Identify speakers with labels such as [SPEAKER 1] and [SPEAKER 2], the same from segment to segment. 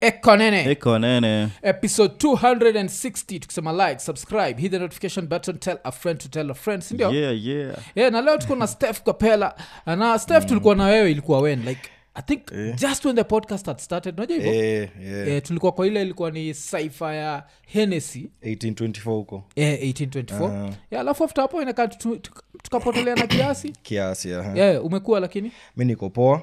[SPEAKER 1] ekonene
[SPEAKER 2] ikonene
[SPEAKER 1] episode 260 tukisema like subscribe hit the notification button tell a friend to tell a friend sindio yeah.
[SPEAKER 2] yeah, yeah.
[SPEAKER 1] yeah, na leo tuko na steph kapela na steph tulikuwa na wewe ilikuwa wen like i think just when the podcast had started unajua hivyo
[SPEAKER 3] Eh,
[SPEAKER 2] Oh.
[SPEAKER 3] eh,
[SPEAKER 1] Eh, tulikuwa kwa ile ilikuwa ni saifa ya hennessy
[SPEAKER 3] 1824 huko
[SPEAKER 1] eh, 1824 yeah, alafu after hapo inakaa tu- tu- tukapotelea na kiasi
[SPEAKER 3] kiasi aha.
[SPEAKER 1] yeah, umekuwa lakini
[SPEAKER 3] mi niko poa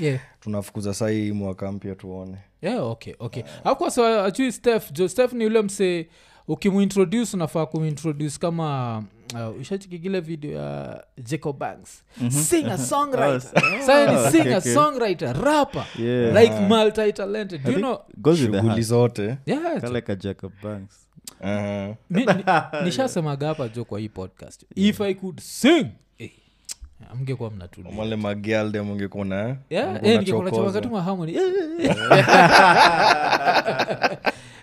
[SPEAKER 1] yeah.
[SPEAKER 3] tunafukuza sai mwaka mpya tuone
[SPEAKER 1] yeah, okay okay akwasa ajui steph jo steph ni ule mse ukimuintroduce unafaa kumintroduce kama uh, ushachikigile video ya jacob banks singer songwriter Sasa ni
[SPEAKER 2] Mhm. Oh, okay,
[SPEAKER 1] singer
[SPEAKER 2] okay.
[SPEAKER 1] songwriter rapper
[SPEAKER 2] Yeah.
[SPEAKER 1] like multi talented do you know
[SPEAKER 2] goes with the
[SPEAKER 3] shughuli
[SPEAKER 2] heart.
[SPEAKER 3] zote
[SPEAKER 1] yeah,
[SPEAKER 2] Kinda like a jacob banks
[SPEAKER 3] Aha.
[SPEAKER 1] mi- ni- nishasemaga hapa jo kwa hii podcast if i could sing eh, amgekuwa mnatulia
[SPEAKER 3] wale magialde mungekuwa na
[SPEAKER 1] Yeah,
[SPEAKER 3] mngekuwa
[SPEAKER 1] eh, ningekuwa nachapa
[SPEAKER 3] nachokoza.
[SPEAKER 1] katuma harmony. Eh, eh, eh.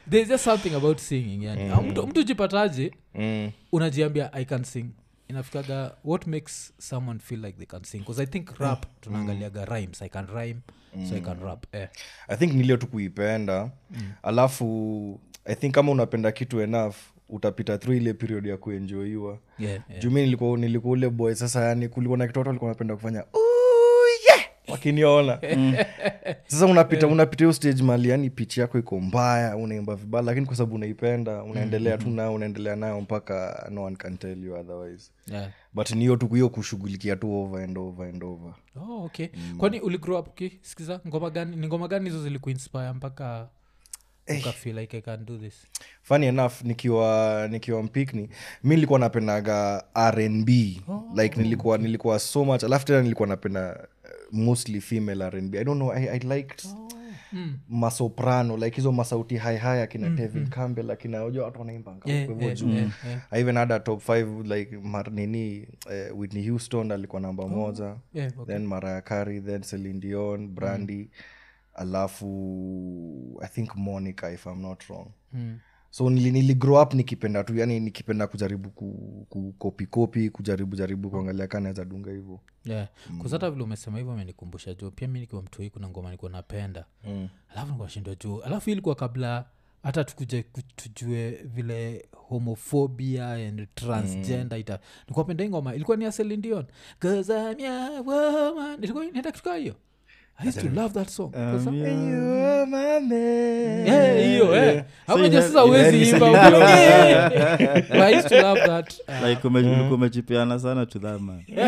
[SPEAKER 1] There's just something about singing yani. Ah, mtu, mtu jipataje
[SPEAKER 3] Mm,
[SPEAKER 1] unajiambia i can sing inafikaga what makes someone feel like they can sing bcause i think rap
[SPEAKER 3] Mm.
[SPEAKER 1] tunaangaliaga rhymes i can rhyme so i can rap eh.
[SPEAKER 3] i think nilio tu kuipenda alafu i think kama unapenda kitu enough utapita through ile period ya kuenjoiwa
[SPEAKER 1] Yeah, yeah.
[SPEAKER 3] juu mi nilikuwa nilikuwa ule boy sasa yani kulikuwa na kitoto alikuwa napenda kufanya "Ooh, yeah!" wakiniona sasa unapita unapita hiyo stage mali yani pichi yako iko mbaya unaimba vibaya lakini kwa sababu unaipenda unaendelea tu nayo unaendelea nayo mpaka no one can tell you otherwise
[SPEAKER 1] Yeah.
[SPEAKER 3] but ni hiyo tu hiyo kushughulikia tu over and over and over
[SPEAKER 1] Oh, okay
[SPEAKER 3] Mm.
[SPEAKER 1] kwani uligrow up ukisikiza ngoma gani ni ngoma gani hizo zilikuinspire mpaka
[SPEAKER 3] Eh.
[SPEAKER 1] ukafeel like i can do this
[SPEAKER 3] funny enough nikiwa nikiwa mpikni mi nilikuwa napendaga rnb like nilikuwa nilikuwa so much alafu tena nilikuwa napenda uh, mostly female rnb i don't know i, I liked masoprano like hizo masauti haihai akina mm, tevin campbell akina ujua watu wanaimba ngao
[SPEAKER 1] Yeah,
[SPEAKER 3] kwa hivyo
[SPEAKER 1] yeah,
[SPEAKER 3] juu.
[SPEAKER 1] yeah, yeah.
[SPEAKER 3] i even had a top 5 like mar, nini uh, whitney houston alikuwa namba moja
[SPEAKER 1] Oh, yeah, okay. Mm.
[SPEAKER 3] then maraya kari then Celine dion brandy alafu i think monica if i'm not wrong
[SPEAKER 1] Mm.
[SPEAKER 3] so nili, nili grow up nikipenda tu yani nikipenda kujaribu ku, ku copy copy kujaribu jaribu kuangalia kaa naweza dunga hivyo
[SPEAKER 1] yeah. kuzata vile umesema hivyo amenikumbusha juu pia mi nikiwa mtoi kuna ngoma nilikuwa napenda mm. alafu nikuwa shindwa juu alafu hii ilikuwa kabla hata tukuje ku- tujue vile homofobia and transgender ita nikuwa penda hii ngoma ilikuwa ni ya Celine Dion. 'Cause I'm your woman. ilikuwa inaenda kitu kaa hiyo i used to love that song Kwa sa- Eh, hiyo eh. Hapo
[SPEAKER 2] So
[SPEAKER 1] unajua
[SPEAKER 2] ina-
[SPEAKER 1] sasa huwezi
[SPEAKER 2] ina-
[SPEAKER 1] imba ukiongea. But I used to love that uh,
[SPEAKER 2] like ume- ulikuwa umejipeana sana to that man
[SPEAKER 1] Eh,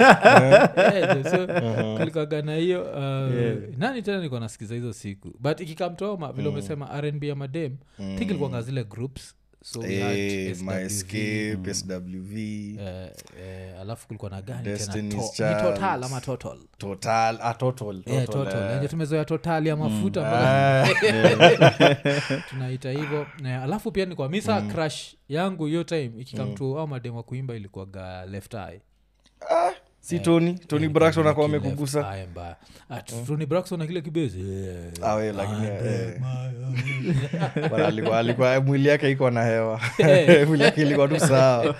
[SPEAKER 1] Yeah, eh, so
[SPEAKER 3] Uh-huh.
[SPEAKER 1] kulikuwaga na hiyo uh, nani tena nilikuwa nasikiza hizo siku but ikikamtoma
[SPEAKER 3] Mm.
[SPEAKER 1] vile umesema rnb ya madem mm. think ilikuwanga zile groups so we had
[SPEAKER 3] Eh,
[SPEAKER 1] SWV,
[SPEAKER 3] my escape
[SPEAKER 1] Mm.
[SPEAKER 3] swv
[SPEAKER 1] eh, eh, alafu kulikuwa na gani
[SPEAKER 3] Destiny's
[SPEAKER 1] tena To-
[SPEAKER 3] Child.
[SPEAKER 1] ni total ama total
[SPEAKER 3] total ah, total,
[SPEAKER 1] Eh,
[SPEAKER 3] total,
[SPEAKER 1] total
[SPEAKER 3] eh. Mm. Ah,
[SPEAKER 1] Ndio tumezoea total ya mafuta mpaka- tunaita hivyo Na alafu pia nikwa mi
[SPEAKER 3] Mm.
[SPEAKER 1] saa crash yangu hiyo time ikikamtu au madem wa kuimba ilikuwaga left eye
[SPEAKER 3] si tony tony braxton akuwa amekugusa
[SPEAKER 1] amekugusatroni braxon "Mm. na kile kibezi eh.
[SPEAKER 3] Ah, we, lakini, eh. Bwana alikuwa- alikuwa mwili yake iko na hewa mwili yake ilikuwa tu sawa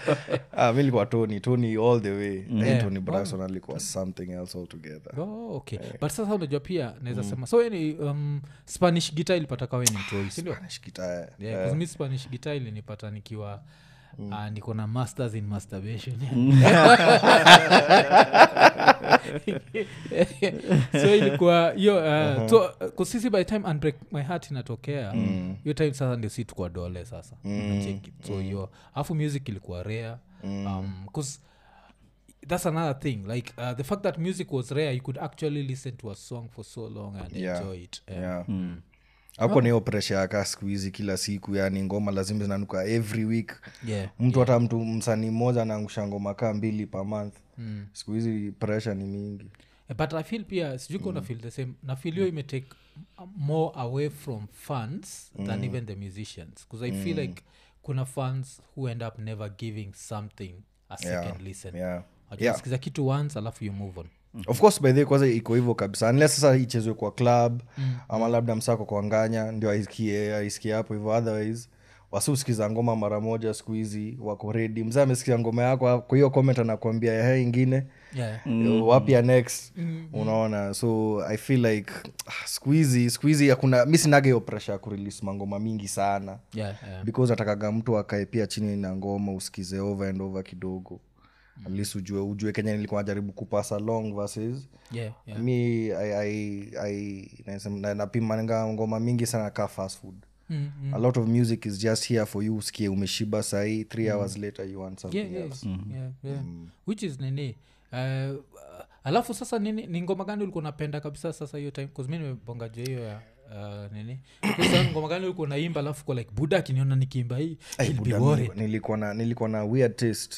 [SPEAKER 3] ah, mi likuwa tony tony all the way
[SPEAKER 1] Mm.
[SPEAKER 3] yeah. tony braxton alikuwa something else altogether
[SPEAKER 1] Oh, okay but sasa unajua pia naweza
[SPEAKER 3] Mm.
[SPEAKER 1] sema so yani um, spanish guitar ilipata kawe ni mtoi sindio
[SPEAKER 3] Nashikita, eh. Mm.
[SPEAKER 1] yeah, 'cause mi spanish guitar ilinipata nikiwa ah, niko na masters in masturbation so ilikuwa hiyo uh,
[SPEAKER 3] Uh-huh.
[SPEAKER 1] so, uh, 'cause sisi by the time unbreak my heart inatokea hiyo
[SPEAKER 3] Mm.
[SPEAKER 1] time sasa ndio si tukwa dole sasa Unacheki. so hiyo alafu music ilikuwa rare
[SPEAKER 3] Mm.
[SPEAKER 1] um, 'cause that's another thing like uh, the fact that music was rare you could actually listen to a song for so long and
[SPEAKER 3] Yeah.
[SPEAKER 1] enjoy it Eh,
[SPEAKER 3] Yeah.
[SPEAKER 1] Oh.
[SPEAKER 3] ako nahiyo presha yaka siku hizi kila siku yani ngoma lazima zinanuka every week
[SPEAKER 1] yeah.
[SPEAKER 3] mtu hata mtu msanii mmoja anaangusha ngoma kaa mbili per month
[SPEAKER 1] Mm.
[SPEAKER 3] siku hizi presha ni mingi
[SPEAKER 1] Eh, but i feel pia sijuko mm. feel the same nafeel hiyo imetake m- more away from fans
[SPEAKER 3] Mm.
[SPEAKER 1] than even the musicians bcause i feel like kuna fans who end up never giving something a second listen
[SPEAKER 3] yeah. Yeah.
[SPEAKER 1] wajanasikiza kitu once alafu you move on
[SPEAKER 3] Mm. of course by the way, kwanza iko hivyo kabisa unless sasa ichezwe kwa club ama labda msako kwa nganya ndio aisikie aisikie hapo hivyo otherwise wasiusikiza ngoma mara moja siku hizi wako redi mzee amesikiza ngoma yako kwa hiyo comment anakuambia he ingine
[SPEAKER 1] yeah.
[SPEAKER 3] mm. wapi ya next unaona so i feel like ah, siku hizi siku hizi hakuna mi sinaga hiyo pressure ya kurelease mangoma mingi sana
[SPEAKER 1] Yeah, yeah.
[SPEAKER 3] because natakaga mtu akae pia chini na ngoma usikize over and over kidogo at least ujue ujue kenya nilikuwa najaribu kupasa long verses
[SPEAKER 1] Yeah, yeah.
[SPEAKER 3] mi I- I- I- nasema- na- napimanga ngoma mingi sana ka fast food
[SPEAKER 1] Mm, mm.
[SPEAKER 3] a lot of music is just here for you usikie umeshiba sahi three hours later you want something
[SPEAKER 1] Mm. Yeah, yeah,
[SPEAKER 3] else
[SPEAKER 1] yeah, yeah.
[SPEAKER 3] Mm.
[SPEAKER 1] which is nini eh, alafu sasa nini ni ngoma gani ulikuwa unapenda kabisa sasa hiyo time bcause mi nimebonga juu hiyo ya eh, nini sasa ngoma gani ulikuwa unaimba alafu kwa like buda akiniona nikiimba hii
[SPEAKER 3] Ay,
[SPEAKER 1] he'll be
[SPEAKER 3] buda,
[SPEAKER 1] worried." Mm.
[SPEAKER 3] nilikuwa- nilikuwa na nilikuwa na weird taste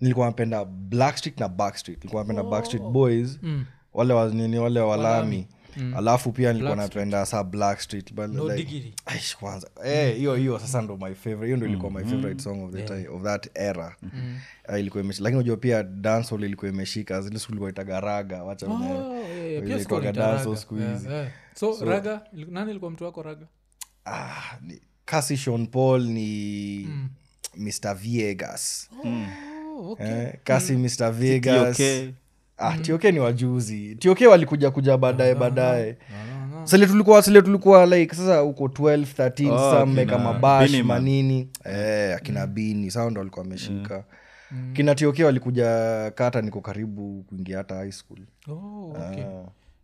[SPEAKER 3] nilikuwa napenda blackstreet na backstreet nilikuwa napenda backstreet
[SPEAKER 1] Oh.
[SPEAKER 3] boys
[SPEAKER 1] Mm.
[SPEAKER 3] wale wa nini wale walami alafu pia nilikuwa napenda saa blackstreet but
[SPEAKER 1] No
[SPEAKER 3] like,
[SPEAKER 1] diggity.
[SPEAKER 3] Aish, kwanza Eh, hiyo hiyo sasa ndo my favorite hiyo ndo ilikuwa
[SPEAKER 1] Mm.
[SPEAKER 3] my favorite song of, the time, of that era Ah, ilikuwa imeshi- lakini unajua pia dancehall ilikuwa imeshika zile siku ilikuwa itaga raga wacha
[SPEAKER 1] Oh,
[SPEAKER 3] wenyewe
[SPEAKER 1] yeah, yeah, pia
[SPEAKER 3] Ile
[SPEAKER 1] sikuwa
[SPEAKER 3] itaga
[SPEAKER 1] naita
[SPEAKER 3] dancehall
[SPEAKER 1] raga.
[SPEAKER 3] siku
[SPEAKER 1] Yeah,
[SPEAKER 3] hizi.
[SPEAKER 1] yeah. so, raga ili- nani ilikuwa mtu wako raga
[SPEAKER 3] ah, ni- kasi Sean Paul ni mr viegas
[SPEAKER 1] Mm. oh, okay. Mm.
[SPEAKER 3] Eh, kasi mr vegas
[SPEAKER 2] T.O.K..
[SPEAKER 3] ah, tok ni wajuzi tok walikuja kuja baadaye baadaye
[SPEAKER 1] no, no.
[SPEAKER 3] sile tulikuwa sile tulikuwa like sasa uko 12 13
[SPEAKER 2] Oh,
[SPEAKER 3] sasa mmeka
[SPEAKER 2] kina
[SPEAKER 3] mabash
[SPEAKER 2] Bini man. Mm.
[SPEAKER 3] manini eh, akina bini saa ndo walikuwa wameshika
[SPEAKER 1] Mm.
[SPEAKER 3] kina tok walikuja kata niko karibu kuingia hata high school
[SPEAKER 1] Oh, okay.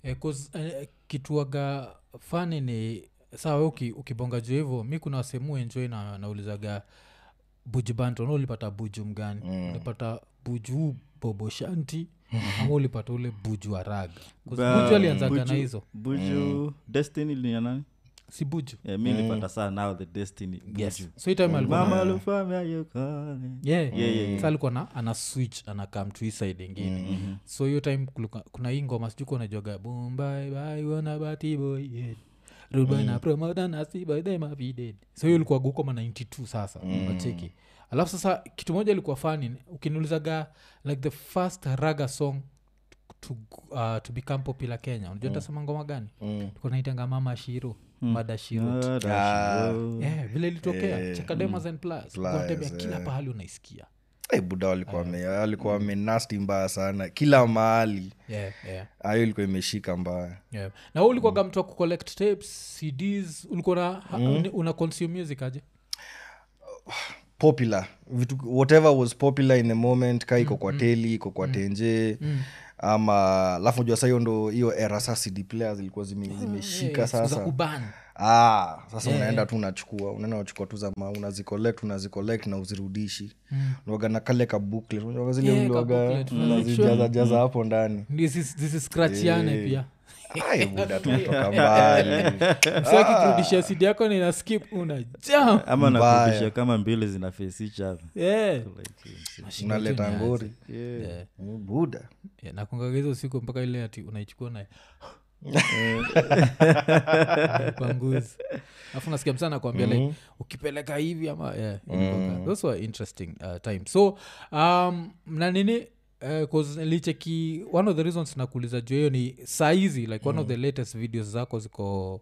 [SPEAKER 1] Eh, 'cause, eh, kituaga fani ni saa we uki- ukibonga juu hivo mi kuna wasehemu enjoi na naulizaga buju banto no ulipata buju mgani ulipata buju huu bobo shanti ama ulipata ule buju wa raga 'Cause buju alianzaga na
[SPEAKER 2] Buju-
[SPEAKER 1] hizo
[SPEAKER 2] buju destiny ni ya nani
[SPEAKER 1] si buju
[SPEAKER 2] yeah, mi nilipata saa now the destiny
[SPEAKER 1] yes Mm.
[SPEAKER 2] Buju.
[SPEAKER 1] so hii time alikuwa
[SPEAKER 2] mama alifanya hiyo kazi.
[SPEAKER 1] yeah. Mm, mm-hmm. Sasa alikuwa na ana switch anakam tu hii side ingine so hiyo time kulikuwa- kuna hii ngoma sijuku unajuaga bumbaibaiwanabatiboi Mm. rubanapромotanasibademavided so hiyo ilikuwa guko ma 92 sasa wacheki alafu sasa kitu moja ilikuwa fani ukiniulizaga like the first raga song to, uh, to become popular kenya unajua tasema ngoma gani mm. tukonaitanga mama shiro mada shiro
[SPEAKER 2] Ah,
[SPEAKER 1] Eh, vile ilitokea chakademas and plus eh. Unatembea kila pahali unaisikia
[SPEAKER 3] hey, buda eh, walikuwa
[SPEAKER 1] Ah.
[SPEAKER 3] wame- walikuwa wamenasti mbaya sana kila mahali
[SPEAKER 1] yeah, yeah.
[SPEAKER 3] Ah, hiyo ilikuwa imeshika mbaya
[SPEAKER 1] yeah. na huu ulikuwaga mtu wa kucollect tapes cds ulikuwa na ha- ni- una consume music aje
[SPEAKER 3] popular vitu whatever was popular in the moment ka iko kwa
[SPEAKER 1] Mm,
[SPEAKER 3] teli iko kwa tenje ama alafu jua sa hiyo ndo hiyo era saa cd players ilikuwa zime, zimeshika
[SPEAKER 1] Eh, siku za
[SPEAKER 3] sasa
[SPEAKER 1] kuban
[SPEAKER 3] ah, sasa unaenda tu unachukua unaenda unachukua tu zama unazicollect unazicollect na uzirudishi unaga na kale ka booklet unaga zile
[SPEAKER 1] Mm. Yeah, ka
[SPEAKER 3] uliwaga
[SPEAKER 1] booklet, Mm.
[SPEAKER 3] unazijaza jaza hapo ndani
[SPEAKER 1] zisiskrachiane pia
[SPEAKER 3] Ai, buda tunatoka mbali
[SPEAKER 1] msiakirudishia cd yako na ina skip una jam
[SPEAKER 2] ama
[SPEAKER 3] Mbaya.
[SPEAKER 2] nakurudishia kama mbili zina face each other
[SPEAKER 1] yeah.
[SPEAKER 3] unaleta ngori
[SPEAKER 1] yeah.
[SPEAKER 3] buda
[SPEAKER 1] yeah. nakungaga hizo siku mpaka ile ati unaichukua na panguzi alafu nasikia msana nakuambia like ukipeleka hivi ama yeah, Mm-hmm. mm. those were interesting uh, time so um, na nini eh, 'cause nilicheki one of the reasons nakuuliza juu hiyo ni saizi like one of the latest videos zako ziko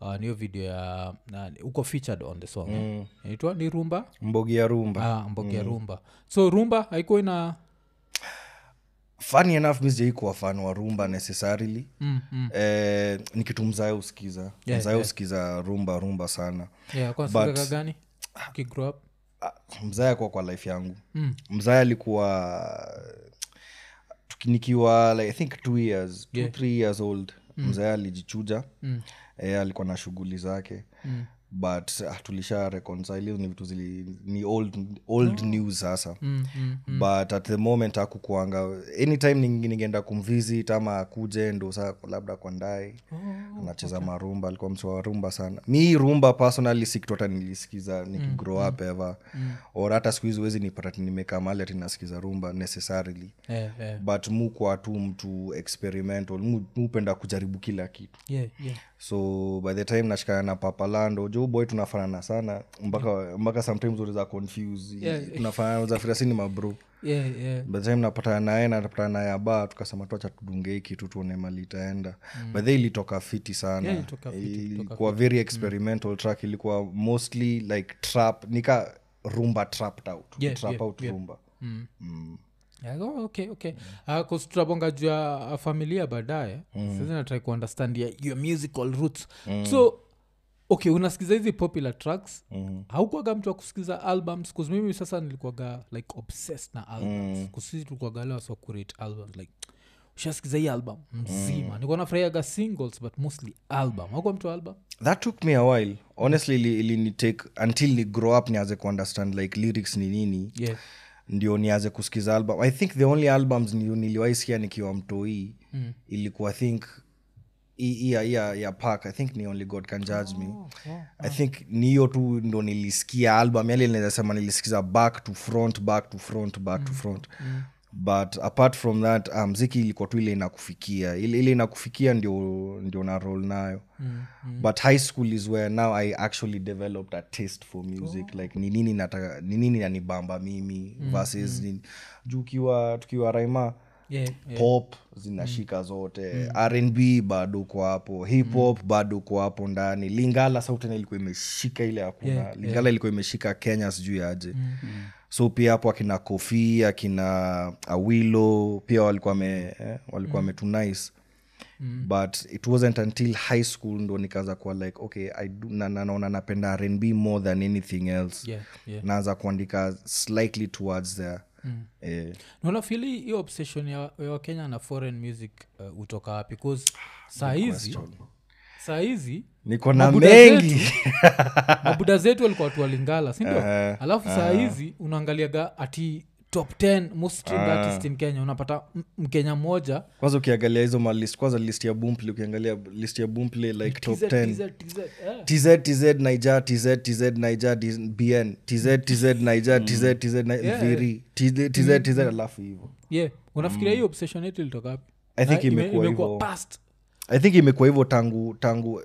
[SPEAKER 1] uh, niyo video ya na- uko featured on the song mm. inaitwa ni rumba
[SPEAKER 3] mbogi ya rumba
[SPEAKER 1] ah, mbogea rumba so rumba haikuwa ina
[SPEAKER 3] funny enough mi sijai kuwa fan wa rumba necessarily mm, mm. Eh, ni kitu mzae usikiza yeah, mzae yeah. usikiza rumba rumba sana
[SPEAKER 1] yeah, kwa sikaka gani ukigrow up
[SPEAKER 3] Ah, mzae akuwa kwa life yangu mm. mzae alikuwa tuki- nikiwa like, i think two years two, three years old mm. mzae alijichuja mm. eh, alikuwa na shughuli zake mm but ah, tulisha reconcile hizo ni vitu zili ni old, old news sasa mm, mm, mm. but at the moment akukuanga anytime ning- ningeenda kumvisit ama akuje ndo saa labda kwa ndae anacheza marumba alikuwa msi wa rumba sana mi hii rumba personally sikitu hata nilisikiza nikigrow up ever or hata siku hizi huwezi nipata ati nimekaa mahali ati nasikiza rumba necessarily
[SPEAKER 1] yeah, yeah.
[SPEAKER 3] but mukwa tu mtu experimental mu- mupenda kujaribu kila kitu
[SPEAKER 1] Yeah, yeah.
[SPEAKER 3] so by the time nashikana na papalando jo huu boy tunafanana sana mpaka mpaka sometimes unaweza confuse
[SPEAKER 1] Yeah.
[SPEAKER 3] tunafanana uzafira sini mabro
[SPEAKER 1] yeah, yeah.
[SPEAKER 3] by the time napatana naye na napatana naye aba tukasema tuacha tudunge hii kitu tuone mali itaenda mm. by the way ilitoka fiti sana
[SPEAKER 1] Yeah, ilitoka fiti, Mm.
[SPEAKER 3] ilikuwa very experimental track ilikuwa mostly like trap nika rumba trapped out
[SPEAKER 1] Yeah,
[SPEAKER 3] trap
[SPEAKER 1] yeah,
[SPEAKER 3] out rumba
[SPEAKER 1] Yeah, oh, okay okay Ah, 'cause tutabonga juu ya ah, familia baadaye sasa natrai kuundestand ya- your musical roots so okay unasikiza hizi popular tracks mm. haukwaga mtu wa kusikiza albums 'Cause mimi sasa nilikuwaga like obsessed na albums mm. kusisi tulikuwaga lewa so create albums like ushasikiza hii album mzima mm. nikuwa nafurahiaga singles but mostly album haukwa mtu wa album
[SPEAKER 3] that took me a while honestly ili- ilinitake until ni grow up niaze kuunderstand like lyrics ni nini
[SPEAKER 1] yeah.
[SPEAKER 3] ndio niaze kusikiza album i think the only albums ni- niliwahi sikia nikiwa mtoii mm. ilikuwa I think i- i- ya, ya, ya park i think ni only god can judge me i think ni hiyo tu ndo nilisikia album yale naweza sema nilisikiza back to front back to front back to front but apart from that ah, mziki ilikuwa tu ile inakufikia ile, ile inakufikia ndio, ndio na roll nayo mm, mm. but high school is where now i actually developed a taste for music oh. like ni nini nataka ni nini nanibamba mimi mm, versus mm. nini juu ukiwa tukiwa raima
[SPEAKER 1] Yeah, yeah. Mm.
[SPEAKER 3] pop zinashika zote rnb bado uko hapo hip hop
[SPEAKER 1] Mm.
[SPEAKER 3] bado uko hapo ndani lingala sautena ilikuwa imeshika ile hakuna
[SPEAKER 1] Yeah, Mm.
[SPEAKER 3] lingala ilikuwa imeshika kenya sijui aje so pia hapo akina kofi akina awilo pia walikuwa me, eh, walikuwa
[SPEAKER 1] Mm.
[SPEAKER 3] wametunice but it wasn't until high school ndo nikaanza kuwa like okay I do, na, na, naona napenda rnb more than anything else
[SPEAKER 1] Yeah, yeah. Mm.
[SPEAKER 3] naanza kuandika slightly towards there eh.
[SPEAKER 1] nanafili hiyo obsession ya, ya wakenya na foreign music uh, hutoka wapi bcause saa hizi saa hizi
[SPEAKER 3] niko na
[SPEAKER 1] Mabuda
[SPEAKER 3] mengi
[SPEAKER 1] mabuda zetu walikuwa watu walingala sindio
[SPEAKER 3] Eh,
[SPEAKER 1] alafu saa hizi unaangaliaga ati top 10 most streamed
[SPEAKER 3] Eh.
[SPEAKER 1] artist in kenya unapata m- mkenya mmoja
[SPEAKER 3] kwanza ukiangalia hizo malist kwanza list ya bumple ukiangalia list ya bumple like top
[SPEAKER 1] TZ,
[SPEAKER 3] 10
[SPEAKER 1] TZ, TZ, eh.
[SPEAKER 3] tz tz niger tz tz niger D- bn tz tz niger tz tz Ni- viri tz tz tz alafu hivo
[SPEAKER 1] yeah unafikiria hiyo obsession yetu ilitoka wapi
[SPEAKER 3] Mm. I think
[SPEAKER 1] Na ime-
[SPEAKER 3] imekuwa
[SPEAKER 1] imekuwa
[SPEAKER 3] hivyo.
[SPEAKER 1] past
[SPEAKER 3] i think imekuwa hivyo tangu tangu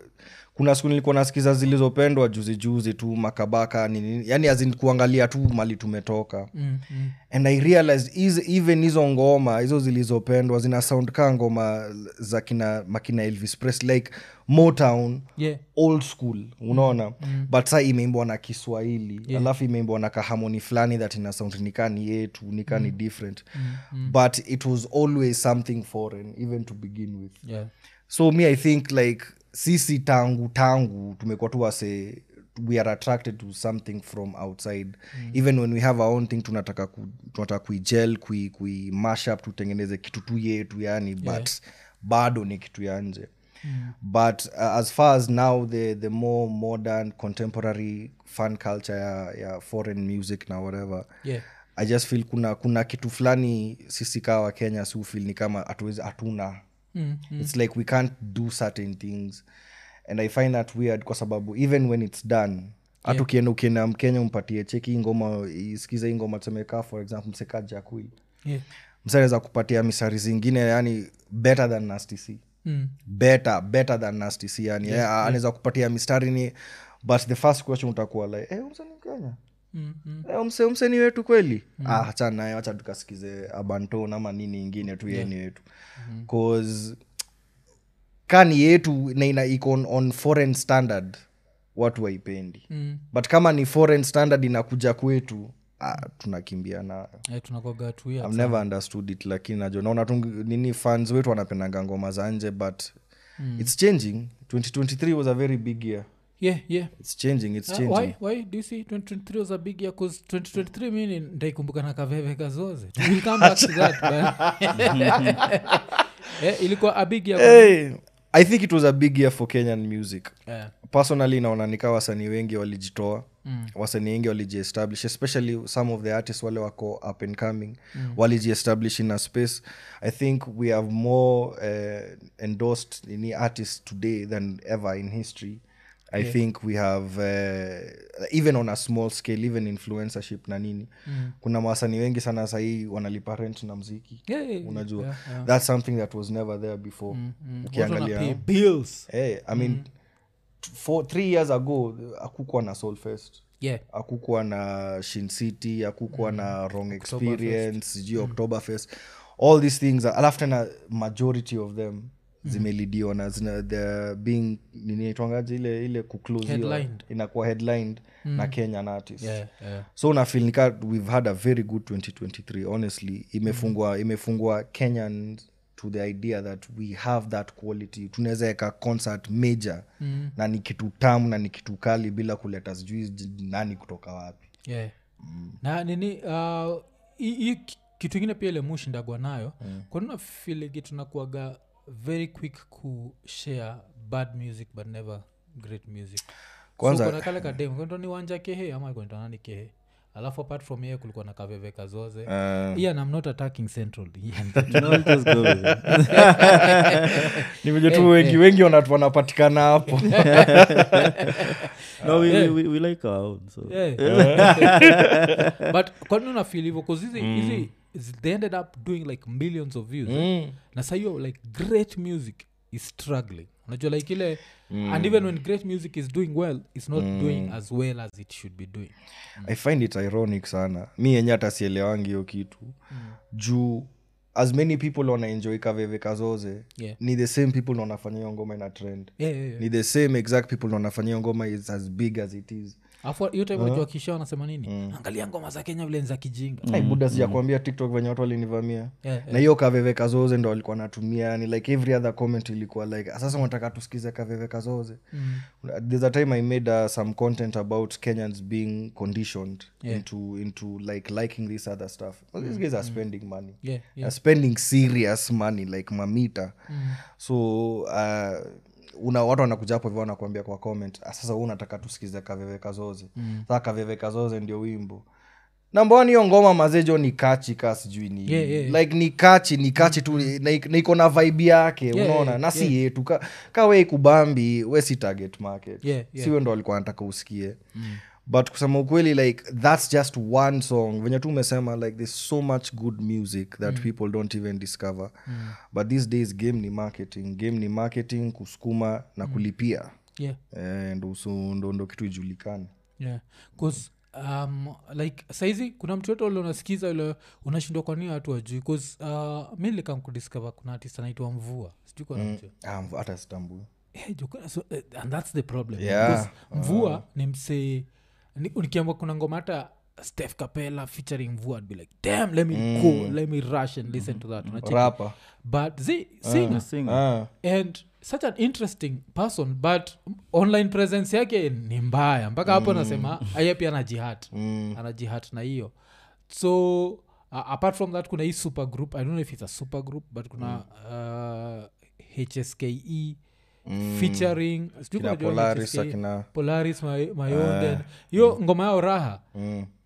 [SPEAKER 3] kuna siku nilikuwa nasikiza zilizopendwa juzi juzi tu makabaka nini yani azin kuangalia tu mali tumetoka mm, mm. and i realized is, even hizo ngoma hizo zilizopendwa zina sound kaa ngoma za kina makina elvis press like motown
[SPEAKER 1] yeah
[SPEAKER 3] old school unaona mm. but saa imeimbwa na kiswahili yeah. alafu imeimbwa na kahamoni fulani that ina sound nikani yetu nikani mm. different mm. but it was always something foreign even to begin with
[SPEAKER 1] yeah
[SPEAKER 3] so me i think like sisi tangu tangu tumekuwa tu wase we are attracted to something from outside mm. even when we have our own thing tunataka ku, tunataka kuijel kui, kui mash up tutengeneze kitu tu yetu yani but bado ni kitu ya nje mm. but uh, as far as now the, the more modern contemporary fun culture ya, ya foreign music na whatever
[SPEAKER 1] yeah
[SPEAKER 3] i just feel kuna kuna kitu fulani sisi kawa kenya si feel ni kama hatuwezi hatuna mm, mm. its like we can't do certain things and i find that weird kwa sababu even when its done hata yeah. ukienda ukienda mkenya umpatie cheki hii ngoma isikize hii ngoma tusemekaa for example mseka jakwil
[SPEAKER 1] yeah
[SPEAKER 3] msanaweza kupatia misari zingine yani better than nasty c
[SPEAKER 1] Mm.
[SPEAKER 3] better better than nasty c yani yeah, anaweza kupatia mistari ni but the first question utakuwa like eh, hey, msani mkenya
[SPEAKER 1] Mm, mm.
[SPEAKER 3] Eh, umse- umseni wetu kweli Ah, achana naye wacha tukasikize abanton ama nini ingine tu yeni wetu
[SPEAKER 1] Mm-hmm.
[SPEAKER 3] bcause kani yetu na ina iko on, on foreign standard watu waipendi
[SPEAKER 1] Mm.
[SPEAKER 3] but kama ni foreign standard inakuja kwetu ah, tunakimbia nayo
[SPEAKER 1] Eh, tunakwaga tu weird.
[SPEAKER 3] I've never understood it lakini najua naona tu nini fans wetu wanapendanga ngoma za nje but it's changing 2023 was a very big year
[SPEAKER 1] yeah yeah
[SPEAKER 3] it's changing it's
[SPEAKER 1] Ah,
[SPEAKER 3] changing
[SPEAKER 1] why why do you see 2023 was a big year cause 2023 mini ndaikumbuka na kaveve kazoze we'll come back to that but- eh, ilikuwa a big year kwa-
[SPEAKER 3] hey, i think it was a big year for kenyan music
[SPEAKER 1] Eh,
[SPEAKER 3] personally naona nika wasanii wengi walijitoa mm. wasanii wengi walijiestablish especially some of the artists wale wako up and coming mm. walijiestablish in a space i think we have more uh, endorsed any artist today than ever in history i yeah. think we have uh, even on a small scale even influencership na nini mm. kuna masanii wengi sana sahii wanalipa rent na mziki
[SPEAKER 1] yeah, yeah,
[SPEAKER 3] unajua
[SPEAKER 1] yeah, yeah.
[SPEAKER 3] that's something that was never there before mm, mm.
[SPEAKER 1] Watu wana
[SPEAKER 3] ukiangalia
[SPEAKER 1] pay bills
[SPEAKER 3] hey, i mean mm. four, three years ago akukuwa na solfest
[SPEAKER 1] yeah
[SPEAKER 3] akukuwa na shin city akukuwa
[SPEAKER 1] Mm.
[SPEAKER 3] na wrong experience sijui oktoberfest all these things are- alafu tena majority of them
[SPEAKER 1] Mm.
[SPEAKER 3] zimelidiwa na zina they're being ninaitwangaje ile ile kuclosiwa
[SPEAKER 1] Headlined. Mm.
[SPEAKER 3] inakuwa headlined na kenyan artist
[SPEAKER 1] yeah, yeah.
[SPEAKER 3] so unafeel nika we've had a very good 2023 honestly imefungwa imefungwa kenyan to the idea that we have that quality tunaweza eka concert major mm. na ni kitu tamu na ni kitu kali bila kuleta sijui j- nani kutoka wapi
[SPEAKER 1] yeah. na nini uh, hii hii ki- kitu ingine pia ile mushindagwa nayo mm. kwanina filigi tunakuaga very quick kushare bad music but never great music
[SPEAKER 3] Kwanza-
[SPEAKER 1] so, kuna kale kadem kwento ni wanja kehe ama kwento nani kehe alafu apart from yeye kulikuwa na kaveveka zoze uh. yeah, I'm not attacking central yeah.
[SPEAKER 2] You know, let's just go with it.
[SPEAKER 3] nimeja tu wengi wengi wana- wanapatikana hapo
[SPEAKER 2] No,
[SPEAKER 1] Eh,
[SPEAKER 2] we, we, we, we like our own. So.
[SPEAKER 1] Yeah. Mm. but kwanini unafil hivyo kuzizi hizi zi- they ended up doing like millions of views mm. na sahiyo like great music is struggling unajua like ile mm. and even when great music is doing well it's not mm. doing as well as it should be doing
[SPEAKER 3] i find it ironic sana mi yenye hata sielewangi hiyo kitu mm. juu as many people wanaenjoy kaveve kazoze
[SPEAKER 1] Yeah.
[SPEAKER 3] ni the same people ndo wanafanya hiyo ngoma ina trend
[SPEAKER 1] Yeah, yeah, yeah.
[SPEAKER 3] ni the same exact people ndo wanafanya hiyo ngoma is as big as it is
[SPEAKER 1] afu hiyo time unajua kisha wanasema nini angalia ngoma za kenya vile ni za kijinga
[SPEAKER 3] mm. buda sijakuambia tiktok venye watu walinivamia
[SPEAKER 1] Yeah, yeah.
[SPEAKER 3] na hiyo kaveve kazoze ndo walikuwa natumia yani like every other comment ilikuwa like sasa unataka tusikize kaveve kazoze mm. there's a time i made uh, some content about kenyans being conditioned yeah. into into like liking this other stuff well, these guys are
[SPEAKER 1] Mm.
[SPEAKER 3] spending money
[SPEAKER 1] Yeah, yeah.
[SPEAKER 3] They're Uh, spending serious money like mamita mm. so uh, una watu wanakuja hapo hivyo wanakuambia kwa comment "Ah, sasa huu unataka tusikize kaveve kazoze mm. sasa kaveve kazoze ndio wimbo nambani hiyo ngoma mazejo ni kachi ka sijui ni
[SPEAKER 1] Yeah, yeah,
[SPEAKER 3] like ni kachi ni kachi tu na ik- na iko na vibe yake unaona
[SPEAKER 1] yeah,
[SPEAKER 3] na si yetu ka, ka we kubambi we si target market
[SPEAKER 1] Yeah, yeah.
[SPEAKER 3] siwe ndo alikuwa anataka usikie mm. but kusema ukweli like thats just one song venye tu umesema like there's so much good music that mm. people don't even discover mm. but these days game ni marketing game ni marketing kusukuma
[SPEAKER 1] Mm.
[SPEAKER 3] na kulipia
[SPEAKER 1] yeah.
[SPEAKER 3] eh, ndo, so, ndo, ndo kitu ijulikane
[SPEAKER 1] yeah. 'Cause, um, like saizi kuna mtu yote ule unasikiza ule unashindwa kwa nini watu wajui bcause uh, mi likamkudiscover kuna artist anaitwa mvua sijui kwa mm.
[SPEAKER 3] Ah, mv- hata sitambui
[SPEAKER 1] so, uh, and thats the problem
[SPEAKER 3] Yeah.
[SPEAKER 1] 'Cause mvua ni msee ni- nikiamba kuna ngoma hata steph capella featuring mvua I'd be like damn let me go let me rush and listen to that Unacheki?
[SPEAKER 3] rapa
[SPEAKER 1] but zi singer
[SPEAKER 2] Sing.
[SPEAKER 3] ah.
[SPEAKER 1] and such an interesting person but online presence yake ni mbaya mpaka hapo anasema aye pia anajihat mm. anajihat na hiyo so uh, apart from that kuna hii super group i don't know if it's a super group but kuna uh, hske mm. featuring sijui
[SPEAKER 3] kina
[SPEAKER 1] kama unajua
[SPEAKER 3] polaris
[SPEAKER 1] HSKE.
[SPEAKER 3] akina
[SPEAKER 1] polaris May-
[SPEAKER 3] Ah.
[SPEAKER 1] mayonden hiyo
[SPEAKER 3] Mm.
[SPEAKER 1] ngoma yao raha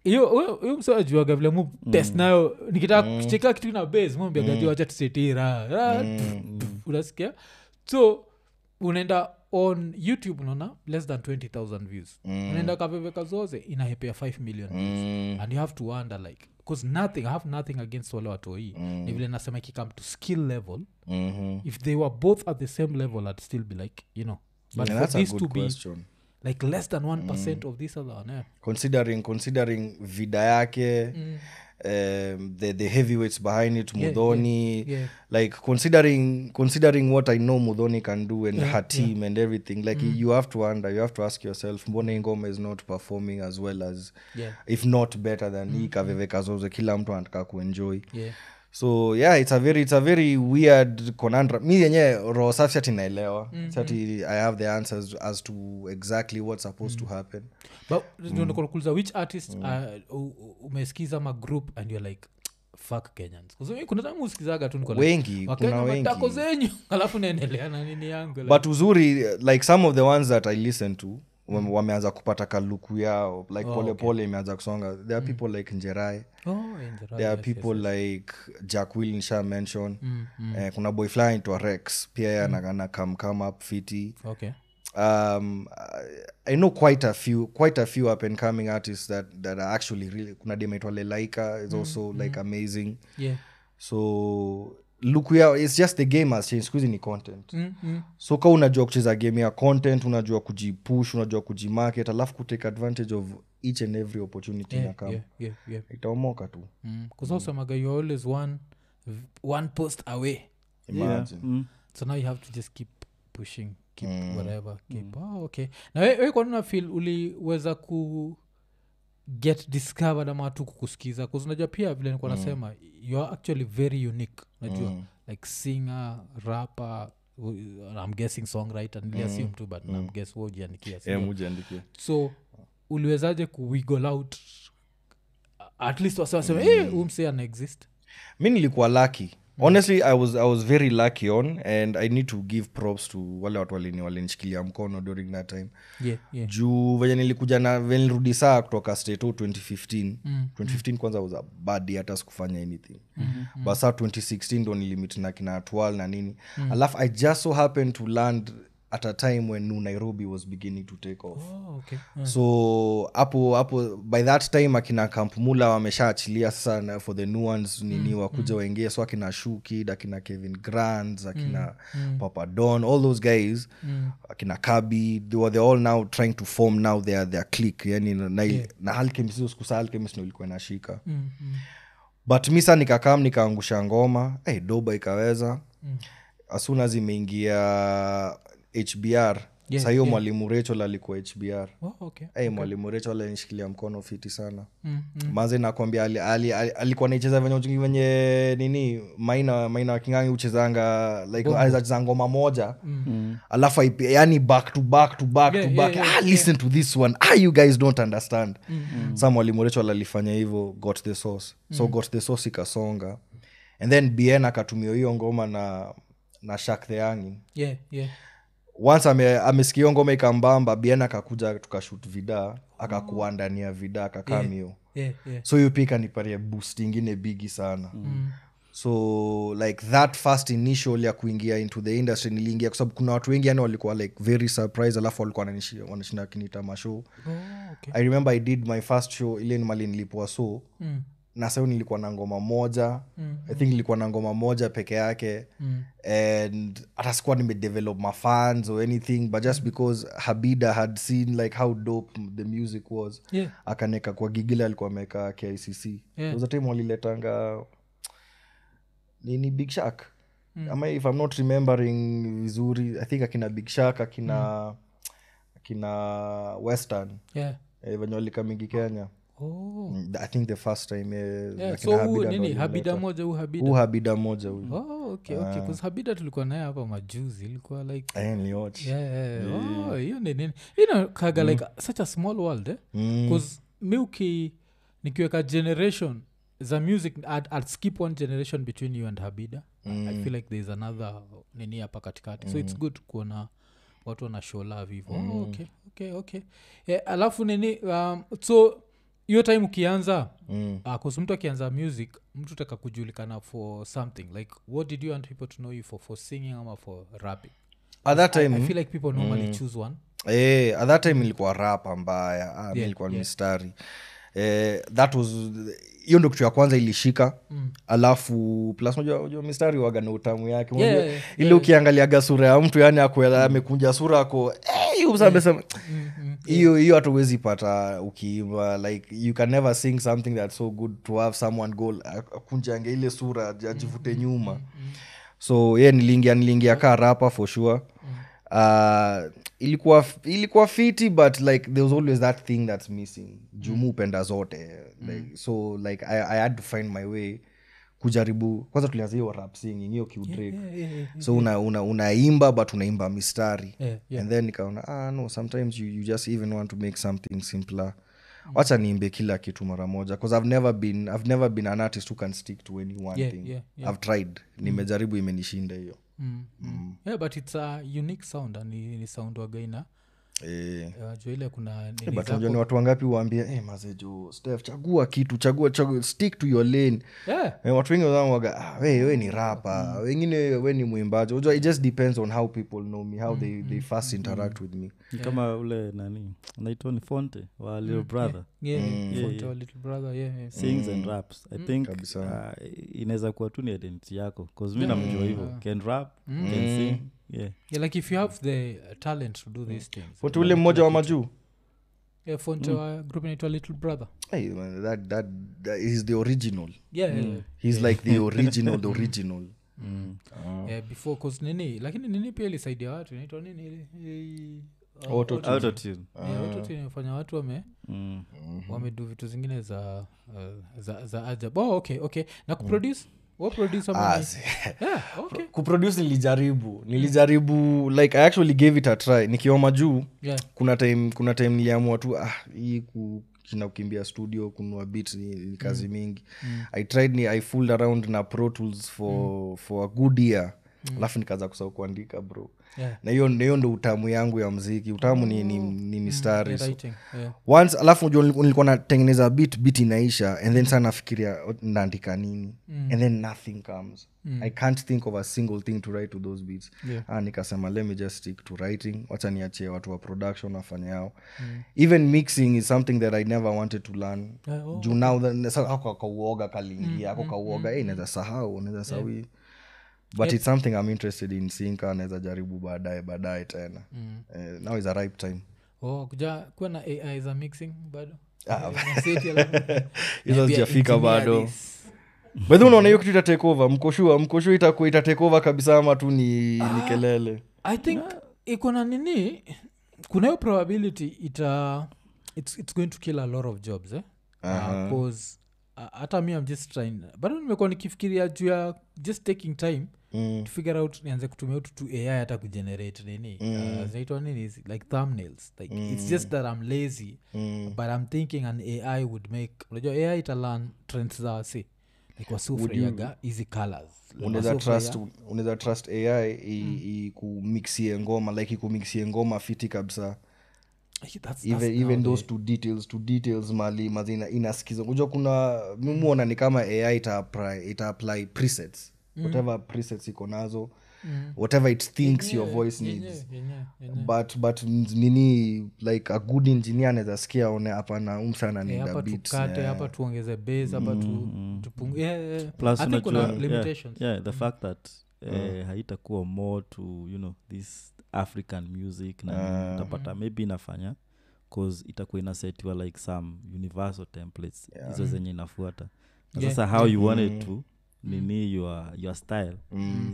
[SPEAKER 1] hiyo huyo- huyo mse ajuaga vile mu
[SPEAKER 3] Mm.
[SPEAKER 1] test nayo nikitaka kucheka kitu na base mwambiagaji wacha tusetie raha Raha,
[SPEAKER 3] Mm.
[SPEAKER 1] pff, unasikia so unaenda on youtube unaona less than 20000 views
[SPEAKER 3] Mm.
[SPEAKER 1] unaenda kaveveka zoze inahepea 5 million views and you have to wonder like bcause nothing i have nothing against wale watoi
[SPEAKER 3] Mm.
[SPEAKER 1] ni vile nasema ikikam to skill level
[SPEAKER 3] mm-hmm.
[SPEAKER 1] if they were both at the same level i'd still be like you know but for
[SPEAKER 3] Yeah, that's a
[SPEAKER 1] this
[SPEAKER 3] good
[SPEAKER 1] to be
[SPEAKER 3] question.
[SPEAKER 1] like less than 1%
[SPEAKER 3] Mm.
[SPEAKER 1] of this other one yeah.
[SPEAKER 3] considering considering vida yake mm. um, the, the heavyweights behind it mudhoni
[SPEAKER 1] yeah, yeah.
[SPEAKER 3] like considering considering what i know mudhoni can do and her team and everything like
[SPEAKER 1] Mm.
[SPEAKER 3] you have to wonder you have to ask yourself mbona hii ngoma is not performing as well as
[SPEAKER 1] Yeah. Mm,
[SPEAKER 3] if not better than hii kavevekazoze kila mtu anataka kuenjoy
[SPEAKER 1] Yeah.
[SPEAKER 3] so yeah it's a very it's a very weird conandra mi yenye roho safi ati naelewa mm-hmm. ati i have the answers as to exactly what's supposed mm-hmm. to happen
[SPEAKER 1] but mm. which artist uh, u- u- umesikiza ma group and you're like fuck kenyans 'Cause mimi kuna tamu usikizaga tu niko like,
[SPEAKER 3] Wengi,
[SPEAKER 1] "Wakenya,
[SPEAKER 3] kuna wengi."
[SPEAKER 1] matako zenyu alafu naendelea na nini yangu like, Mm.
[SPEAKER 3] but uzuri like some of the ones that i listen to wame- wameanza kupata kaluku yao like polepole oh, pole imeanza kusonga there are people like njerai
[SPEAKER 1] Mm. oh, Angel,
[SPEAKER 3] there
[SPEAKER 1] yes,
[SPEAKER 3] are
[SPEAKER 1] yes.
[SPEAKER 3] people like jack will nisha mention mm, mm. Eh, kuna boy fly anaitwa rex pia yeye
[SPEAKER 1] Mm.
[SPEAKER 3] anakana come come up fiti
[SPEAKER 1] okay
[SPEAKER 3] um, I, i know quite a few quite a few up and coming artists that, that are
[SPEAKER 1] Mm,
[SPEAKER 3] actually really kuna demaitwa lelaika is also like amazing
[SPEAKER 1] yeah
[SPEAKER 3] so luku yao its just the game has changed sikuhizi ni
[SPEAKER 1] Mm,
[SPEAKER 3] content so ka unajua kucheza game ya content unajua kujipush unajua kujimarket alafu kutake advantage of each and every opportunity yeah, nakam
[SPEAKER 1] yeah, yeah, yeah.
[SPEAKER 3] itaomoka tu
[SPEAKER 1] Mm. 'Cause usemaga you are always one, one post away
[SPEAKER 3] imagine
[SPEAKER 2] Mm.
[SPEAKER 1] so now you have to just keep pushing keep whatever keep oh, okay na we, we kwanuna fil uliweza ku get discovered ama watu kukusikiza bcause unajua pia vile nikuwa nasema you are actually very unique unajua like singer rapper w- i'm guessing songwriter niliassume tu but mm. guess wewe hujiandikia, si ndio?
[SPEAKER 3] mujiandikie
[SPEAKER 1] so uliwezaje kuwiggle out at least wasewasema mm. hey, umse anaexist
[SPEAKER 3] mi nilikuwa lucky honestly I was, i was very lucky on and i need to give props to wale watu walini- walinishikilia mkono during that time
[SPEAKER 1] yeah, yeah.
[SPEAKER 3] juu venye nilikuja na venye nilirudi saa kutoka state o 2015
[SPEAKER 1] Mm.
[SPEAKER 3] 2015 kwanza was a bad year hata sikufanya anything mm-hmm. but saa 2016 ndo nilimit na kina atwal na nini mm. alafu i just so happened to land at a time when new nairobi was beginning to take off
[SPEAKER 1] oh, okay.
[SPEAKER 3] so hapo hapo by that time akina kampmula wameshaachilia sasa na- for the new ones nini wakuja waingie so akina shukid akina kevin grant akina papa don all those guys akina kabi they were they're all now trying to form now their, their click yani na, na Alchemist, hizo siku za Alchemist ndo ilikuwa inashika
[SPEAKER 1] Mm, mm.
[SPEAKER 3] but mi sa nikakam nikaangusha ngoma hey, doba ikaweza mm. asuna zimeingia hbr yeah, sahiyo yeah. mwalimu rachel alikuwa hbr
[SPEAKER 1] Oh, okay.
[SPEAKER 3] hey, mwalimu recho alinishikilia mkono fiti sana
[SPEAKER 1] mm,
[SPEAKER 3] mm. maze nakwambia ali, ali, ali, alikuwa naicheza venye venye nini maina maina wakingangi uchezanga like aliacheza ngoma moja mm. alafu aipi- yani back to back to back
[SPEAKER 1] Yeah,
[SPEAKER 3] to
[SPEAKER 1] yeah,
[SPEAKER 3] back
[SPEAKER 1] yeah,
[SPEAKER 3] ah, listen to this one ah, you guys don't understand mm. sa mwalimu recho alifanya hivyo got the source so
[SPEAKER 1] Mm.
[SPEAKER 3] got the source ikasonga and then bien akatumia hiyo ngoma na na shak the Angin
[SPEAKER 1] yeah, yeah.
[SPEAKER 3] once ame- amesikia ame ngoma ikambamba bien akakuja tukashut vida akakuwa ndani ya vida akakamio yeah.
[SPEAKER 1] Yeah, yeah.
[SPEAKER 3] so hiyo pia ikanipatia boost ingine bigi sana mm. so like that first initial ya kuingia into the industry niliingia kwa sababu kuna watu wengi yani walikuwa like very surprised alafu walikuwa wananishi- wanashinda kinita mashow
[SPEAKER 1] Oh, okay.
[SPEAKER 3] i remember i did my first show ile ni mali nilipoa so
[SPEAKER 1] Mm,
[SPEAKER 3] na sayo nilikuwa na ngoma moja mm. i think nilikuwa na ngoma moja peke yake
[SPEAKER 1] Mm-hmm. mm.
[SPEAKER 3] and hata sikuwa nimedevelop my fans or anything but
[SPEAKER 1] Mm.
[SPEAKER 3] just because habida had seen like how dope the music was
[SPEAKER 1] Yeah.
[SPEAKER 3] akaneka kwa gigile alikuwa ameweka kicc
[SPEAKER 1] Yeah.
[SPEAKER 3] There was a time waliletanga nini big shark
[SPEAKER 1] Mm.
[SPEAKER 3] ama if i'm not remembering vizuri i think akina big shark akina
[SPEAKER 1] Mm.
[SPEAKER 3] akina western
[SPEAKER 1] Yeah.
[SPEAKER 3] eh, venye walika mingi kenya
[SPEAKER 1] Oh.
[SPEAKER 3] Mm, i think the first time eh,
[SPEAKER 1] Yeah,
[SPEAKER 3] akina
[SPEAKER 1] so
[SPEAKER 3] Habida
[SPEAKER 1] huu
[SPEAKER 3] ndo
[SPEAKER 1] nini
[SPEAKER 3] walileta.
[SPEAKER 1] habida moja huu habida
[SPEAKER 3] Huu habida moja huyu
[SPEAKER 1] oh, okay, okay. 'Cause habida tulikuwa naye hapa majuzi ilikuwa like
[SPEAKER 3] Eh, niliwatch.
[SPEAKER 1] yeah, yeah. Mm. Oh, hiyo ni nini you know, kaga like such a small world eh?
[SPEAKER 3] Mm.
[SPEAKER 1] 'Cause mi uki nikiweka generation za music I'd, I'd skip one generation between you and habida mm. i feel like thereis another nini hapa katikati mm. so its good kuona watu wana show love hivo mm. oh, okay, okay, okay. Eh, alafu nini um, so hiyo time ukianza
[SPEAKER 3] Mm.
[SPEAKER 1] Uh, mtu akianza music mtu taka kujulikana for something like what did you want people to know you for for singing ama for rapping
[SPEAKER 3] at that
[SPEAKER 1] i
[SPEAKER 3] time
[SPEAKER 1] feel like people normally
[SPEAKER 3] Hmm.
[SPEAKER 1] choose one
[SPEAKER 3] eh, at that time ilikuwa rapa mbaya ah, yeah, ilikuwa yeah. mistari eh, that was hiyo ndo kitu ya kwanza ilishika mm. alafu plus unajua unajua mistari waga na utamu yake
[SPEAKER 1] Yeah,
[SPEAKER 3] Unajua,
[SPEAKER 1] yeah,
[SPEAKER 3] ile ukiangaliaga sura ya mtu yani ako amekunja sura ako "Eh, huyu sasa amesema hiyo hiyo hata huwezi pata ukiimba like you can never sing something that's so good to have someone go akunjange ile sura ajivute nyuma so ye niliingia niliingia kaa rapa for sure Uh, ilikuwa ilikuwa fiti but like there was always that thing that's missing
[SPEAKER 1] Mm.
[SPEAKER 3] jumu upenda zote like, so like I, i had to find my way kujaribu kwanza tulianza hiyo rap singing hiyo kiudrake
[SPEAKER 1] yeah, yeah, yeah.
[SPEAKER 3] so una, una, unaimba but unaimba mistari
[SPEAKER 1] Yeah, yeah.
[SPEAKER 3] and then nikaona ah, no sometimes you, you just even want to make something simpler
[SPEAKER 1] Mm.
[SPEAKER 3] wacha niimbe kila kitu mara moja bcause i've never been i've never been an artist who can stick to any one
[SPEAKER 1] Yeah,
[SPEAKER 3] thing
[SPEAKER 1] yeah, Hmm,
[SPEAKER 3] i've tried nimejaribu imenishinda hiyo
[SPEAKER 1] Mm, mm. yeah but its a unique sound and ni sound wagaina
[SPEAKER 3] Eh.
[SPEAKER 1] najua ile kuna nini
[SPEAKER 3] But
[SPEAKER 1] zako-
[SPEAKER 3] unajua ni watu wangapi "Eh, waambia hey, mazejo stef chagua kitu chagua, chagua stick to your lane
[SPEAKER 1] Yeah.
[SPEAKER 3] Eh, watu wengi wanawaga ah, we, we ni rapa wengine we ni mwimbaji unajua it just depends on how people know me how they, they first interact with me
[SPEAKER 2] ni kama ule nani naitwa ni fonte wa little brother
[SPEAKER 1] Yeah,
[SPEAKER 3] Hmm.
[SPEAKER 1] Fonte wa Little Brother, yeah, yeah.
[SPEAKER 2] sings and raps
[SPEAKER 1] Mm.
[SPEAKER 2] i think
[SPEAKER 3] Kabisa.
[SPEAKER 2] uh, inaweza kuwa tu ni identity yako bcause mi namjua
[SPEAKER 1] Mm.
[SPEAKER 2] hivo can rap can sing yeah
[SPEAKER 1] Yeah, like if you have the uh, talent to do these things
[SPEAKER 3] but ule mmoja wa majuu
[SPEAKER 1] yeah,
[SPEAKER 3] Hmm.
[SPEAKER 1] fonte wa group inaitwa little brother
[SPEAKER 3] hey, man, that, that, that is the original
[SPEAKER 1] yeah, yeah, yeah.
[SPEAKER 3] he's like the original the original Oh.
[SPEAKER 1] Yeah, before cause nini lakini nini pia ilisaidia watu inaitwa nini ile Hii- uh,
[SPEAKER 3] Auto-tune.
[SPEAKER 2] autotune
[SPEAKER 1] yeah, auto-tune imefanya watu wame
[SPEAKER 3] Mhm.
[SPEAKER 1] wamedu vitu zingine za uh, za, za ajab oh, okay okay na kuproduce wa produce ama
[SPEAKER 3] Mm. Ah,
[SPEAKER 1] ni-
[SPEAKER 3] si-
[SPEAKER 1] yeah, okay
[SPEAKER 3] kuproduce nilijaribu nilijaribu like i actually gave it a try nikioma juu
[SPEAKER 1] yeah.
[SPEAKER 3] kuna time kuna time niliamua tu ah, hii ku- kina kukimbia studio kunua bit ni, ni kazi
[SPEAKER 1] Mm.
[SPEAKER 3] mingi i tried ni i fooled around na pro tools for,
[SPEAKER 1] Mm.
[SPEAKER 3] for a good year alafu nikaanza kusahau kuandika bro
[SPEAKER 1] Yeah.
[SPEAKER 3] na hiyo na hiyo ndo utamu yangu ya mziki utamu ni, ni, ni mistari so-
[SPEAKER 1] writing Mm. yeah.
[SPEAKER 3] once alafu unajua niliku- nilikuwa natengeneza bit bit inaisha and then saa nafikiria "Oh, ndaandika nini mm. and then nothing comes mm. i can't think of a single thing to write to those beats
[SPEAKER 1] Yeah.
[SPEAKER 3] ah, nikasema let me just stick to writing wacha niachie watu wa production wafanye yao mm. even mixing is something that i never wanted to learn
[SPEAKER 1] Yeah, oh,
[SPEAKER 3] juu now that- sasa ako kauoga kaliingia ako kauoga hey, naweza sahau naweza sahau hii." but it's something i'm interested in seeing kaa naweza jaribu baadaye baadaye tena Eh, now is a ripe time
[SPEAKER 1] oh, kuja kuwa na ai za mixing bado
[SPEAKER 3] Ah.
[SPEAKER 1] Eh, na seti alafu-
[SPEAKER 3] hizo
[SPEAKER 1] Niambia
[SPEAKER 3] zijafika
[SPEAKER 1] engineer
[SPEAKER 3] bado
[SPEAKER 1] this.
[SPEAKER 3] bedhi unaona hiyo kitu itatekover mkoshua mkoshua itakuwa itatekover kabisa ama tu ni,
[SPEAKER 1] Ah,
[SPEAKER 3] ni kelele
[SPEAKER 1] i think iko na nini kuna hiyo probability ita it's, it's going to kill a lot of jobs eh? uh, cause uh, hata mi am just trying bado nimekuwa nikifikiria juu ya just taking time
[SPEAKER 3] Mm.
[SPEAKER 1] to figure out nianze kutumia utu tu ai hata kugenerate nini
[SPEAKER 3] Mm.
[SPEAKER 1] uh, zinaitwa nini is like thumbnails like it's just that i'm lazy
[SPEAKER 3] Mm.
[SPEAKER 1] but i'm thinking an ai would make unajua ai italan trends za wasi like wasufurahiaga hizi colors
[SPEAKER 3] unaweza trust unaweza trust ai
[SPEAKER 1] Hmm.
[SPEAKER 3] i- ikumixie ngoma like ikumixie ngoma fiti kabisa even, even those two details two details mali mazina inaskiza unajua kuna mimuona ni kama ai ita apply, ita apply presets
[SPEAKER 1] Hmm.
[SPEAKER 3] whatever presets iko nazo whatever it thinks your voice needs but but nini like a good engineer anaweza sikia one hapana umsana
[SPEAKER 1] Eh, hapa tukate hapa tuongeze base hapa tu-
[SPEAKER 3] Mm-hmm.
[SPEAKER 1] tupungu- yeah, yeah, yeah.
[SPEAKER 2] plus
[SPEAKER 1] I think kuna
[SPEAKER 2] unajua- yeah,
[SPEAKER 1] limitations. Mm.
[SPEAKER 2] yeah, the fact that eh, haitakuwa more to you know this african music na nini,
[SPEAKER 1] Mm.
[SPEAKER 2] utapata maybe inafanya bcause itakuwa inasetiwa like some universal templates hizo zenye inafuata na
[SPEAKER 1] Yeah. Mm.
[SPEAKER 2] sasa how you want it to nini your, your style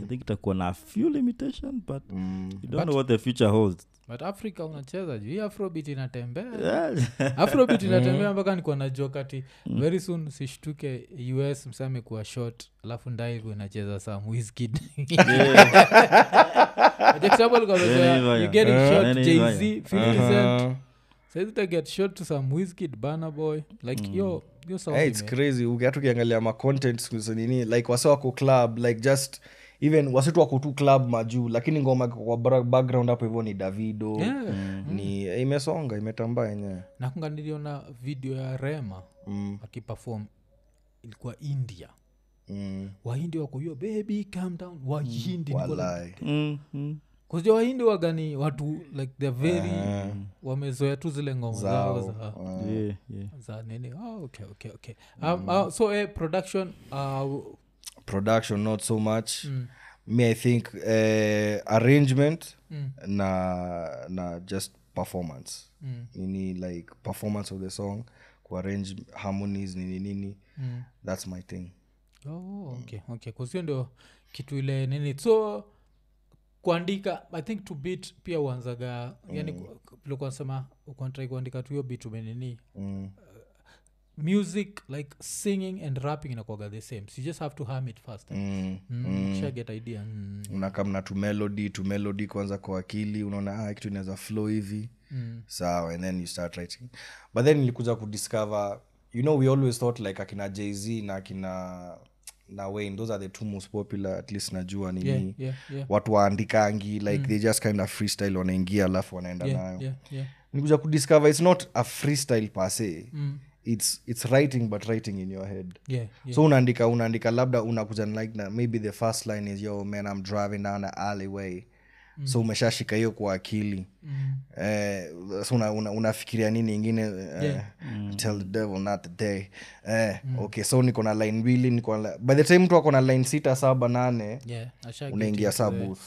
[SPEAKER 2] i think itakuwa na a few limitation but
[SPEAKER 3] Mm.
[SPEAKER 2] you don't know what the future holds
[SPEAKER 1] but africa unacheza juu hii afrobit inatembea
[SPEAKER 2] Yeah. Mm-hmm.
[SPEAKER 1] afrobit inatembea mpaka nikuwa najua kati
[SPEAKER 2] Mm.
[SPEAKER 1] very soon sishtuke us msame kuwa short alafu ndaiku inacheza sam wiskid
[SPEAKER 2] Anyway, anyway. Uh-huh.
[SPEAKER 1] get short to some wiskid bana boy
[SPEAKER 2] Mm.
[SPEAKER 1] like yo yo sauti
[SPEAKER 3] Hey, it's
[SPEAKER 1] ime-
[SPEAKER 3] crazy hata ukiangalia macontent siku hizi nini like wase wako club like just even wasetu wako tu club majuu lakini ngoma kwa bra- background hapo hivyo ni davido Mm,
[SPEAKER 1] Yeah.
[SPEAKER 3] ni eh, imesonga imetambaa yenyewe
[SPEAKER 1] nakunga niliona video ya rema mm. akiperform ilikuwa india
[SPEAKER 3] Mm,
[SPEAKER 1] wahindi wako hiyo baby calm down wahindi niko like-
[SPEAKER 3] walai.
[SPEAKER 2] Mm, mm.
[SPEAKER 1] 'cause ya wahindi wagani watu like the very wamezoea tu zile ngoma Eh. zao za,
[SPEAKER 2] Yeah, yeah.
[SPEAKER 1] za nini oh, okay, okay, okay. Um, uh, so eh, production uh,
[SPEAKER 3] production not so much me i think eh, arrangement na na just performance nini like performance of the song kuarrange harmonies nini nini that's my thing
[SPEAKER 1] oh,
[SPEAKER 3] Mm.
[SPEAKER 1] okay, okay. 'Cause hiyo ndio kitu ile nini so kuandika i think to beat pia uanzaga yani vilikuanasema ukuantrai kuandika tu hiyo bit umenini
[SPEAKER 3] mm.
[SPEAKER 1] Uh, music like singing and rapping inakuaga the same so you just have to harm it fast
[SPEAKER 3] Mm.
[SPEAKER 1] mm. Kisha get idea mm.
[SPEAKER 3] unakamna tu melody tu melody kwanza kwa akili unaona ah, kitu inaweza flow hivi
[SPEAKER 1] Mm.
[SPEAKER 3] sawa and then you start writing but then nilikuja kudiscover you know we always thought like akina jz na akina na wayne those are the two most popular at least najua nini
[SPEAKER 1] yeah, yeah, yeah.
[SPEAKER 3] watu waandikangi like they just kind of freestyle wanaingia alafu wanaenda nayo
[SPEAKER 1] yeah, yeah, yeah.
[SPEAKER 3] nikuja kudiscover it's not a freestyle per se
[SPEAKER 1] Mm,
[SPEAKER 3] it's, it's writing but writing in your head
[SPEAKER 1] yeah, yeah.
[SPEAKER 3] so unaandika unaandika labda unakuja na like na maybe the first line is yo man i'm driving down the alleyway mm. so umeshashika hiyo kwa akili
[SPEAKER 1] Mm,
[SPEAKER 3] eh, so una, una, unafikiria nini ingine eh,
[SPEAKER 1] Yeah. Mm.
[SPEAKER 3] tell the devil not the day eh, okay so niko na line mbili niko na li- by the time mtu ako na line sita saba nane
[SPEAKER 1] yeah, I shall get
[SPEAKER 3] unaingia
[SPEAKER 1] into the-
[SPEAKER 3] sabus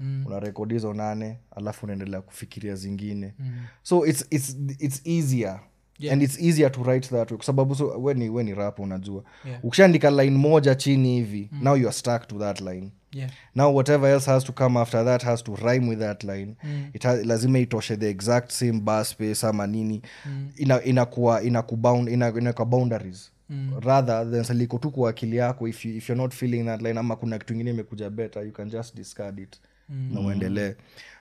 [SPEAKER 1] Mm.
[SPEAKER 3] unarekodi hizo nane alafu unaendelea kufikiria zingine so it's, it's, it's easier
[SPEAKER 1] Mm. Yeah.
[SPEAKER 3] and it's easier to write that way kwa sababu so, we ni, we ni rap unajua
[SPEAKER 1] Yeah. Mm.
[SPEAKER 3] ukishaandika line moja chini hivi now you are stuck to that line
[SPEAKER 1] Yeah,
[SPEAKER 3] now whatever else has to come after that has to rhyme with that line
[SPEAKER 1] Mm.
[SPEAKER 3] it ha- lazima itoshe the exact same bar space ama nini ina inakuwa inakubound ina, inakuwa boundaries
[SPEAKER 1] Mm.
[SPEAKER 3] rather than sali iko tu kwa akili yako if, you, if you're not feeling that line ama kuna kitu ingine imekuja better you can just discard it
[SPEAKER 1] Mm.
[SPEAKER 3] na uendelee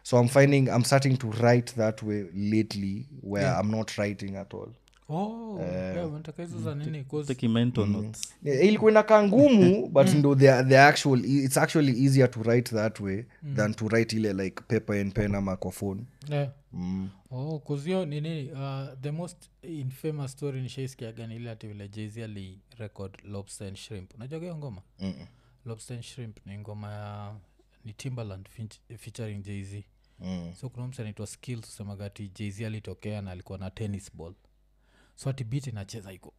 [SPEAKER 3] so i'm finding i'm starting to write that way lately where i'm not writing at all
[SPEAKER 1] Oh,
[SPEAKER 3] Eh.
[SPEAKER 1] yeah, unataka hizo
[SPEAKER 3] Mm.
[SPEAKER 1] za nini? 'Cause-
[SPEAKER 2] taking mental
[SPEAKER 3] Mm-hmm.
[SPEAKER 2] notes
[SPEAKER 3] Yeah, ilikuwa inakaa ngumu but ndo the, the actual it's actually easier to write that way than to write ile like paper and pen ama kwa phone
[SPEAKER 1] Yeah.
[SPEAKER 3] mm.
[SPEAKER 1] Oh, 'cause hiyo nini uh, the most infamous story nishaisikiagani ile ati vile jz ali record lobster and shrimp unajua hiyo ngoma
[SPEAKER 3] Mm.
[SPEAKER 1] lobster and shrimp ni ngoma ya ni timbaland fin- featuring jz
[SPEAKER 3] Mm.
[SPEAKER 1] so kuna msa anaitwa skill tusemaga ati jz alitokea na alikuwa na tennis ball so ati bit inacheza iko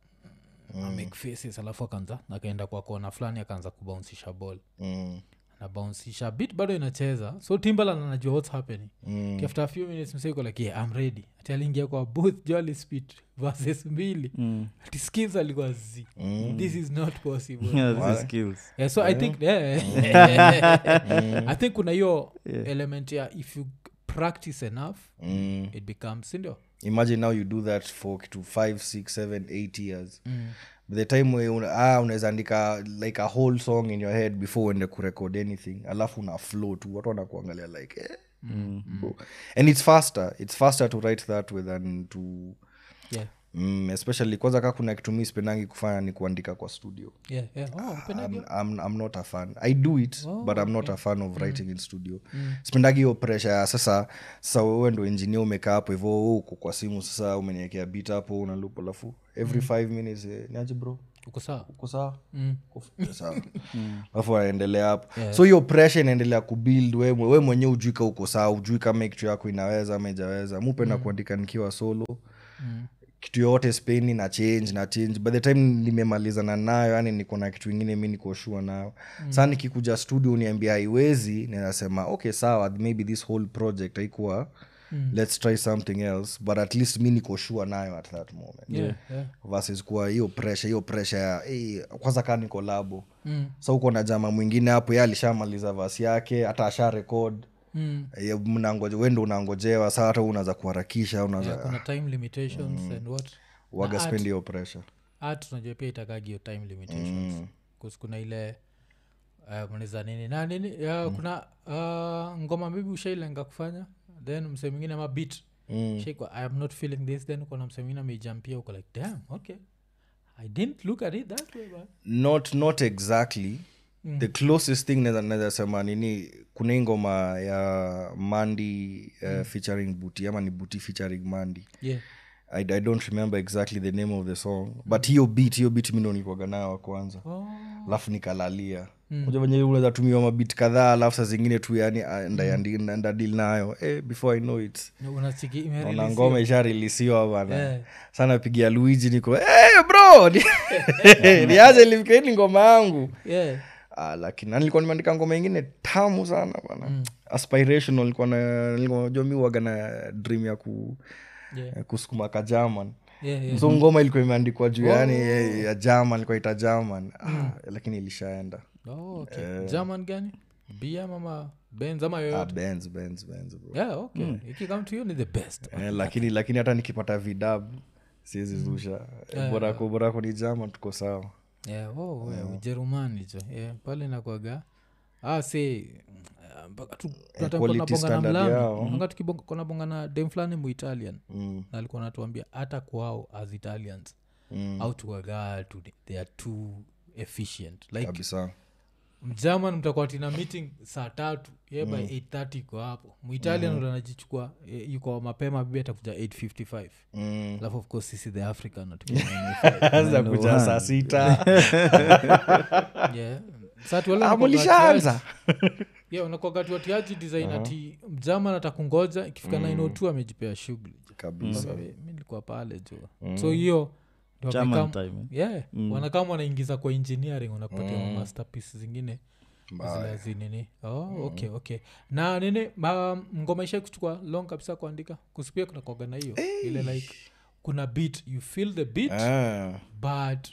[SPEAKER 1] amake faces alafu akaanza akaenda kwa kona fulani akaanza kubaunsisha ball
[SPEAKER 3] Mm.
[SPEAKER 1] anabaunsisha bit bado inacheza so timbaland anajua whats happening
[SPEAKER 3] Mm.
[SPEAKER 1] mm. after a few minutes mseko like yeah, i'm ready ati aliingia kwa booth jolly speed verses mbili
[SPEAKER 2] Mm.
[SPEAKER 1] ati skills alikuwa zi
[SPEAKER 3] Mm.
[SPEAKER 1] this is not possible
[SPEAKER 2] Yeah, this
[SPEAKER 3] Why?
[SPEAKER 2] is skills
[SPEAKER 1] yeah, so i think yeah. i think kuna hiyo element ya if you practice enough
[SPEAKER 3] Mm.
[SPEAKER 1] it becomes sindio
[SPEAKER 3] imagine now you do that for kitu 5 6 7 8 years By the time we una, ah, unaweza andika like a whole song in your head before uende kurecord anything alafu una flow tu watu wanakuangalia like eh. Bro. and it's faster it's faster to write that way than to
[SPEAKER 1] yeah.
[SPEAKER 3] mm, especially kwanza ka kuna kitu mi sipendangi kufanya ni kuandika kwa studio
[SPEAKER 1] Yeah, yeah. Oh, unapenda
[SPEAKER 3] I'm, I'm, I'm not a fan i do it oh, but i'm not a fan of writing in studio mm. spendagi hiyo presha ya sasa sasa wewe ndo engineer umekaa hapo hivyo wewe uko kwa simu sasa umeniekea bit hapo unalupa alafu every mm. five minutes eh, niaje bro
[SPEAKER 1] uko sawa
[SPEAKER 3] uko sawa
[SPEAKER 1] Mm.
[SPEAKER 3] Uko sawa. alafu wanaendelea hapo so hiyo presha inaendelea kubuild we we mwenyewe ujui ka uko sawa ujui kama kitu yako inaweza ama ijaweza mupenda mm. kuandika nikiwa solo
[SPEAKER 1] Mm.
[SPEAKER 3] kitu yoyote spain na change na change by the time nimemalizana nayo yani niko na kitu ingine mi nikoshua nayo mm. saa nikikuja studio niambia haiwezi ninasema okay sawa maybe this whole project haikuwa mm. let's try something else but at least mi nikoshua nayo at that moment
[SPEAKER 1] Yeah, yeah.
[SPEAKER 3] versus kuwa hiyo pressure hiyo pressure ya hey, kwanza kaa niko labo
[SPEAKER 1] Mm.
[SPEAKER 3] sa uko na jama mwingine hapo ye alishamaliza vasi yake hata asha rekod
[SPEAKER 1] Mm.
[SPEAKER 3] mnangoja wendo unangojewa saa hata unaweza kuharakisha unaweza yeah,
[SPEAKER 1] kuna time limitations and what
[SPEAKER 3] waga spendi hiyo pressure
[SPEAKER 1] art tunajua pia itakagi hiyo time limitations mm. kuna ile uh, mnaweza nini na nini uh,
[SPEAKER 3] Mm.
[SPEAKER 1] kuna uh, ngoma maybe ushailenga kufanya then msee mwingine ama bit
[SPEAKER 3] Mm.
[SPEAKER 1] shaikwa i am not feeling this then kuna msee mwingine ameijampia uko like damn okay i didn't look at it that way but
[SPEAKER 3] not not exactly mm. the closest thing naweza- naweza sema nini kuna hii ngoma ya mandi uh, mm. featuring buti ama ni buti featuring mandi
[SPEAKER 1] yeah
[SPEAKER 3] I, i don't remember exactly the name of the song but hiyo beat hiyo beat mi ndo nilikuwaga nayo wa kwanza
[SPEAKER 1] oh. Hmm.
[SPEAKER 3] alafu nikalalia moja venye unaweza tumiwa mabit kadhaa alafu saa zingine tu yani ah,
[SPEAKER 1] Hmm.
[SPEAKER 3] nda- nda- ndadil nayo eh, before i know it
[SPEAKER 1] Na unachiki
[SPEAKER 3] naona
[SPEAKER 1] imerelease
[SPEAKER 3] ngoma isharilisiwa bana
[SPEAKER 1] Eh.
[SPEAKER 3] sana pigia luiji niko hey, bro ni- niache ilifika hili ngoma yangu
[SPEAKER 1] yeah
[SPEAKER 3] Ah, lakini na nilikuwa nimeandika ngoma ingine tamu sana bana
[SPEAKER 1] Hmm.
[SPEAKER 3] aspirational nilikuwa na nilikuwa najua mi huwaga na dream ya ku
[SPEAKER 1] yeah
[SPEAKER 3] ya kusukuma ka german
[SPEAKER 1] yeah yeah
[SPEAKER 3] so ngoma ilikuwa imeandikwa juu yani eh, ya german ilikuwa ita german Ah, lakini ilishaenda
[SPEAKER 1] oh, okay german gani bia mama benz ama yoyote
[SPEAKER 3] Eh. Mm. Ah, Mm. Benz, Benz, Benz, bro.
[SPEAKER 1] yeah okay ikikam to you ni the best
[SPEAKER 3] Eh, lakini lakini hata nikipata vidab siwezi zusha Eh, borako borako ni german tuko sawa
[SPEAKER 1] yeah, oh, we,
[SPEAKER 3] Mm.
[SPEAKER 1] ujerumani jo yeah, pale nakwaga ah, si mm, mpaka tu- tunataka kuwa
[SPEAKER 3] Eh, quality
[SPEAKER 1] tunabonga na
[SPEAKER 3] standard
[SPEAKER 1] mlami.
[SPEAKER 3] yao.
[SPEAKER 1] Nakumbuka tukibonga- kuna bonga na dem fulani muitalian
[SPEAKER 3] Mm,
[SPEAKER 1] na alikuwa anatuambia hata kwao as italians
[SPEAKER 3] mm.
[SPEAKER 1] au tukwagaa tu they are too efficient like
[SPEAKER 3] kabisa
[SPEAKER 1] mjaman mtakuwa tina meeting saa tatu ye by
[SPEAKER 3] Mm.
[SPEAKER 1] 830 iko hapo muitalian mm. anajichukua eh, yuko mapema bibi atakuja 855
[SPEAKER 3] Mm.
[SPEAKER 1] alafu of course sisi the african not
[SPEAKER 3] Anza kuja saa sita
[SPEAKER 1] yeah. saa tuwala
[SPEAKER 3] Ah, mulishaanza
[SPEAKER 1] unakwagatiwatiaji design
[SPEAKER 2] Uh-huh.
[SPEAKER 1] ati mjaman atakungoja ikifika
[SPEAKER 2] Mm.
[SPEAKER 1] 902 amejipea shughuli
[SPEAKER 3] kabisa
[SPEAKER 1] Mi- mi nilikuwa pale jo so hiyo ndio
[SPEAKER 2] Mm. German
[SPEAKER 1] wamekam-
[SPEAKER 2] time, eh?
[SPEAKER 1] yeah wanakama wanaingiza kwa engineering wanapatia mm. masterpiece zingine zile zinini oh,
[SPEAKER 2] Mm.
[SPEAKER 1] okay okay na nini ma, ngoma isha kuchukua long kabisa kuandika kusipia kuna kuaga na hiyo ile like kuna beat you feel the beat
[SPEAKER 3] Ah,
[SPEAKER 1] but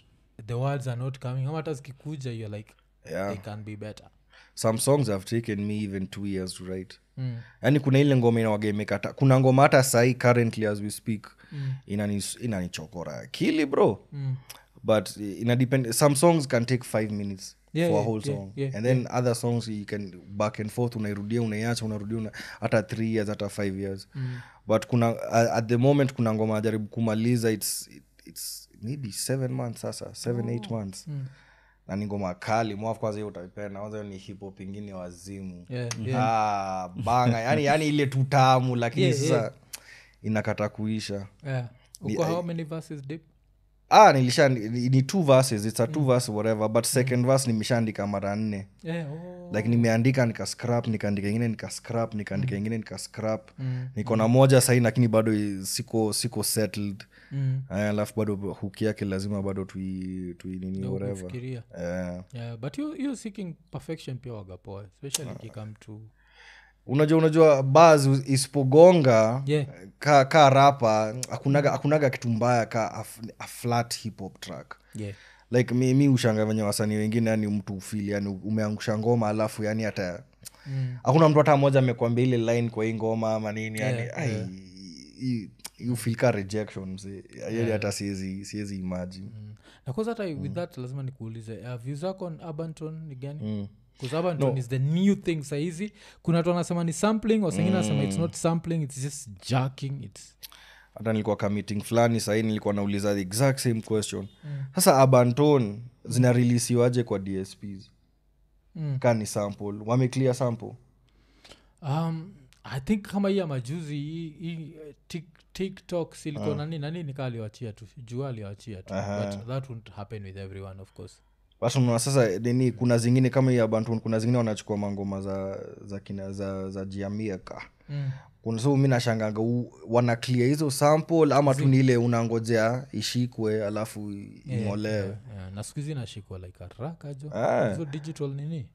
[SPEAKER 1] the words are not coming ama hata zikikuja you're like
[SPEAKER 3] yeah.
[SPEAKER 1] they can be better
[SPEAKER 3] some songs have taken me even two years to write mm. yani kuna ile ngoma inawagemekata kuna ngoma hata sahii currently as we speak mm. inanichokora inani akili bro mm. but ina depend some songs can take five minutes
[SPEAKER 1] Yeah,
[SPEAKER 3] for a
[SPEAKER 1] yeah,
[SPEAKER 3] whole
[SPEAKER 1] yeah,
[SPEAKER 3] song
[SPEAKER 1] yeah,
[SPEAKER 3] and then other songs you can back and forth unairudia unaiacha unarudia una, hata three years hata five years mm. but kuna uh, at the moment kuna ngoma ajaribu kumaliza its, its maybe seven months sasa seven eight months mm na ni ngoma kali mwafu kwanza hiyo utaipenda kwanza hiyo ni hipo pengine wazimu
[SPEAKER 1] Yeah,
[SPEAKER 3] Ah, banga yani, yani ile tutamu lakini
[SPEAKER 1] Yeah,
[SPEAKER 3] sasa inakata kuisha
[SPEAKER 1] yeah. uko how many verses deep
[SPEAKER 3] ah nilisha ni, ni two verses it's a
[SPEAKER 1] Mm.
[SPEAKER 3] two verse whatever but second verse nimeshaandika mara nne
[SPEAKER 1] yeah, oh. Mm.
[SPEAKER 3] like nimeandika nikascrap nikaandika ingine nikascrap nikaandika ingine nikascrap niko na moja sahii lakini bado i- siko siko settled
[SPEAKER 1] Mm.
[SPEAKER 3] Eh, alafu bado huki yake lazima bado tui, tui nini whatever
[SPEAKER 1] fikiria
[SPEAKER 3] Eh.
[SPEAKER 1] yeah, but hiyo- hiyo seeking perfection pia wagapoa especially kikam to
[SPEAKER 3] unajua unajua bas isipogonga
[SPEAKER 1] Yeah.
[SPEAKER 3] ka, ka rapa akunaga, akunaga kitu mbaya ka a, f- a flat hip hop track
[SPEAKER 1] yeah.
[SPEAKER 3] like mi, mi ushanga venye wasanii wengine yani mtu ufili yani umeangusha ngoma alafu yani hata
[SPEAKER 1] Mm.
[SPEAKER 3] hakuna mtu hata moja amekwambia ile line kwa hii ngoma ama nini yani
[SPEAKER 1] Yeah,
[SPEAKER 3] ai, i- i- you feel ka rejection mzee yani hata siwezi siwezi imagine
[SPEAKER 1] na kwanza hata with that lazima nikuulize uh, view zako on urbanton ni gani mm. urbanton is the new thing sahizi kuna watu wanasema ni sampling wasengine wanasema it's not sampling it's just jacking it's
[SPEAKER 3] hata nilikuwa ka meeting fulani sahii nilikuwa nauliza the exact same question sasa abanton zinarelisiwaje kwa dsps mm. ka ni sample wameclear sample
[SPEAKER 1] um, i think kama hii ya majuzi hii- hii eh, tik- tiktok siliko uh. nani nani nikaa aliwachia tu jua aliwachia tu but that won't happen with everyone of course
[SPEAKER 3] but unaona sasa eh, nini kuna zingine kama hii abanton kuna zingine wanachukua mangoma za za kina za, za jiamia ka
[SPEAKER 1] mm.
[SPEAKER 3] kuna so mi nashanganga u- wana clear hizo sample ama tu ni ile unangojea ishikwe alafu ing'olewe yeah.
[SPEAKER 1] yeah, na siku hizi nashikwa like haraka jo
[SPEAKER 3] Ah.
[SPEAKER 1] hizo digital nini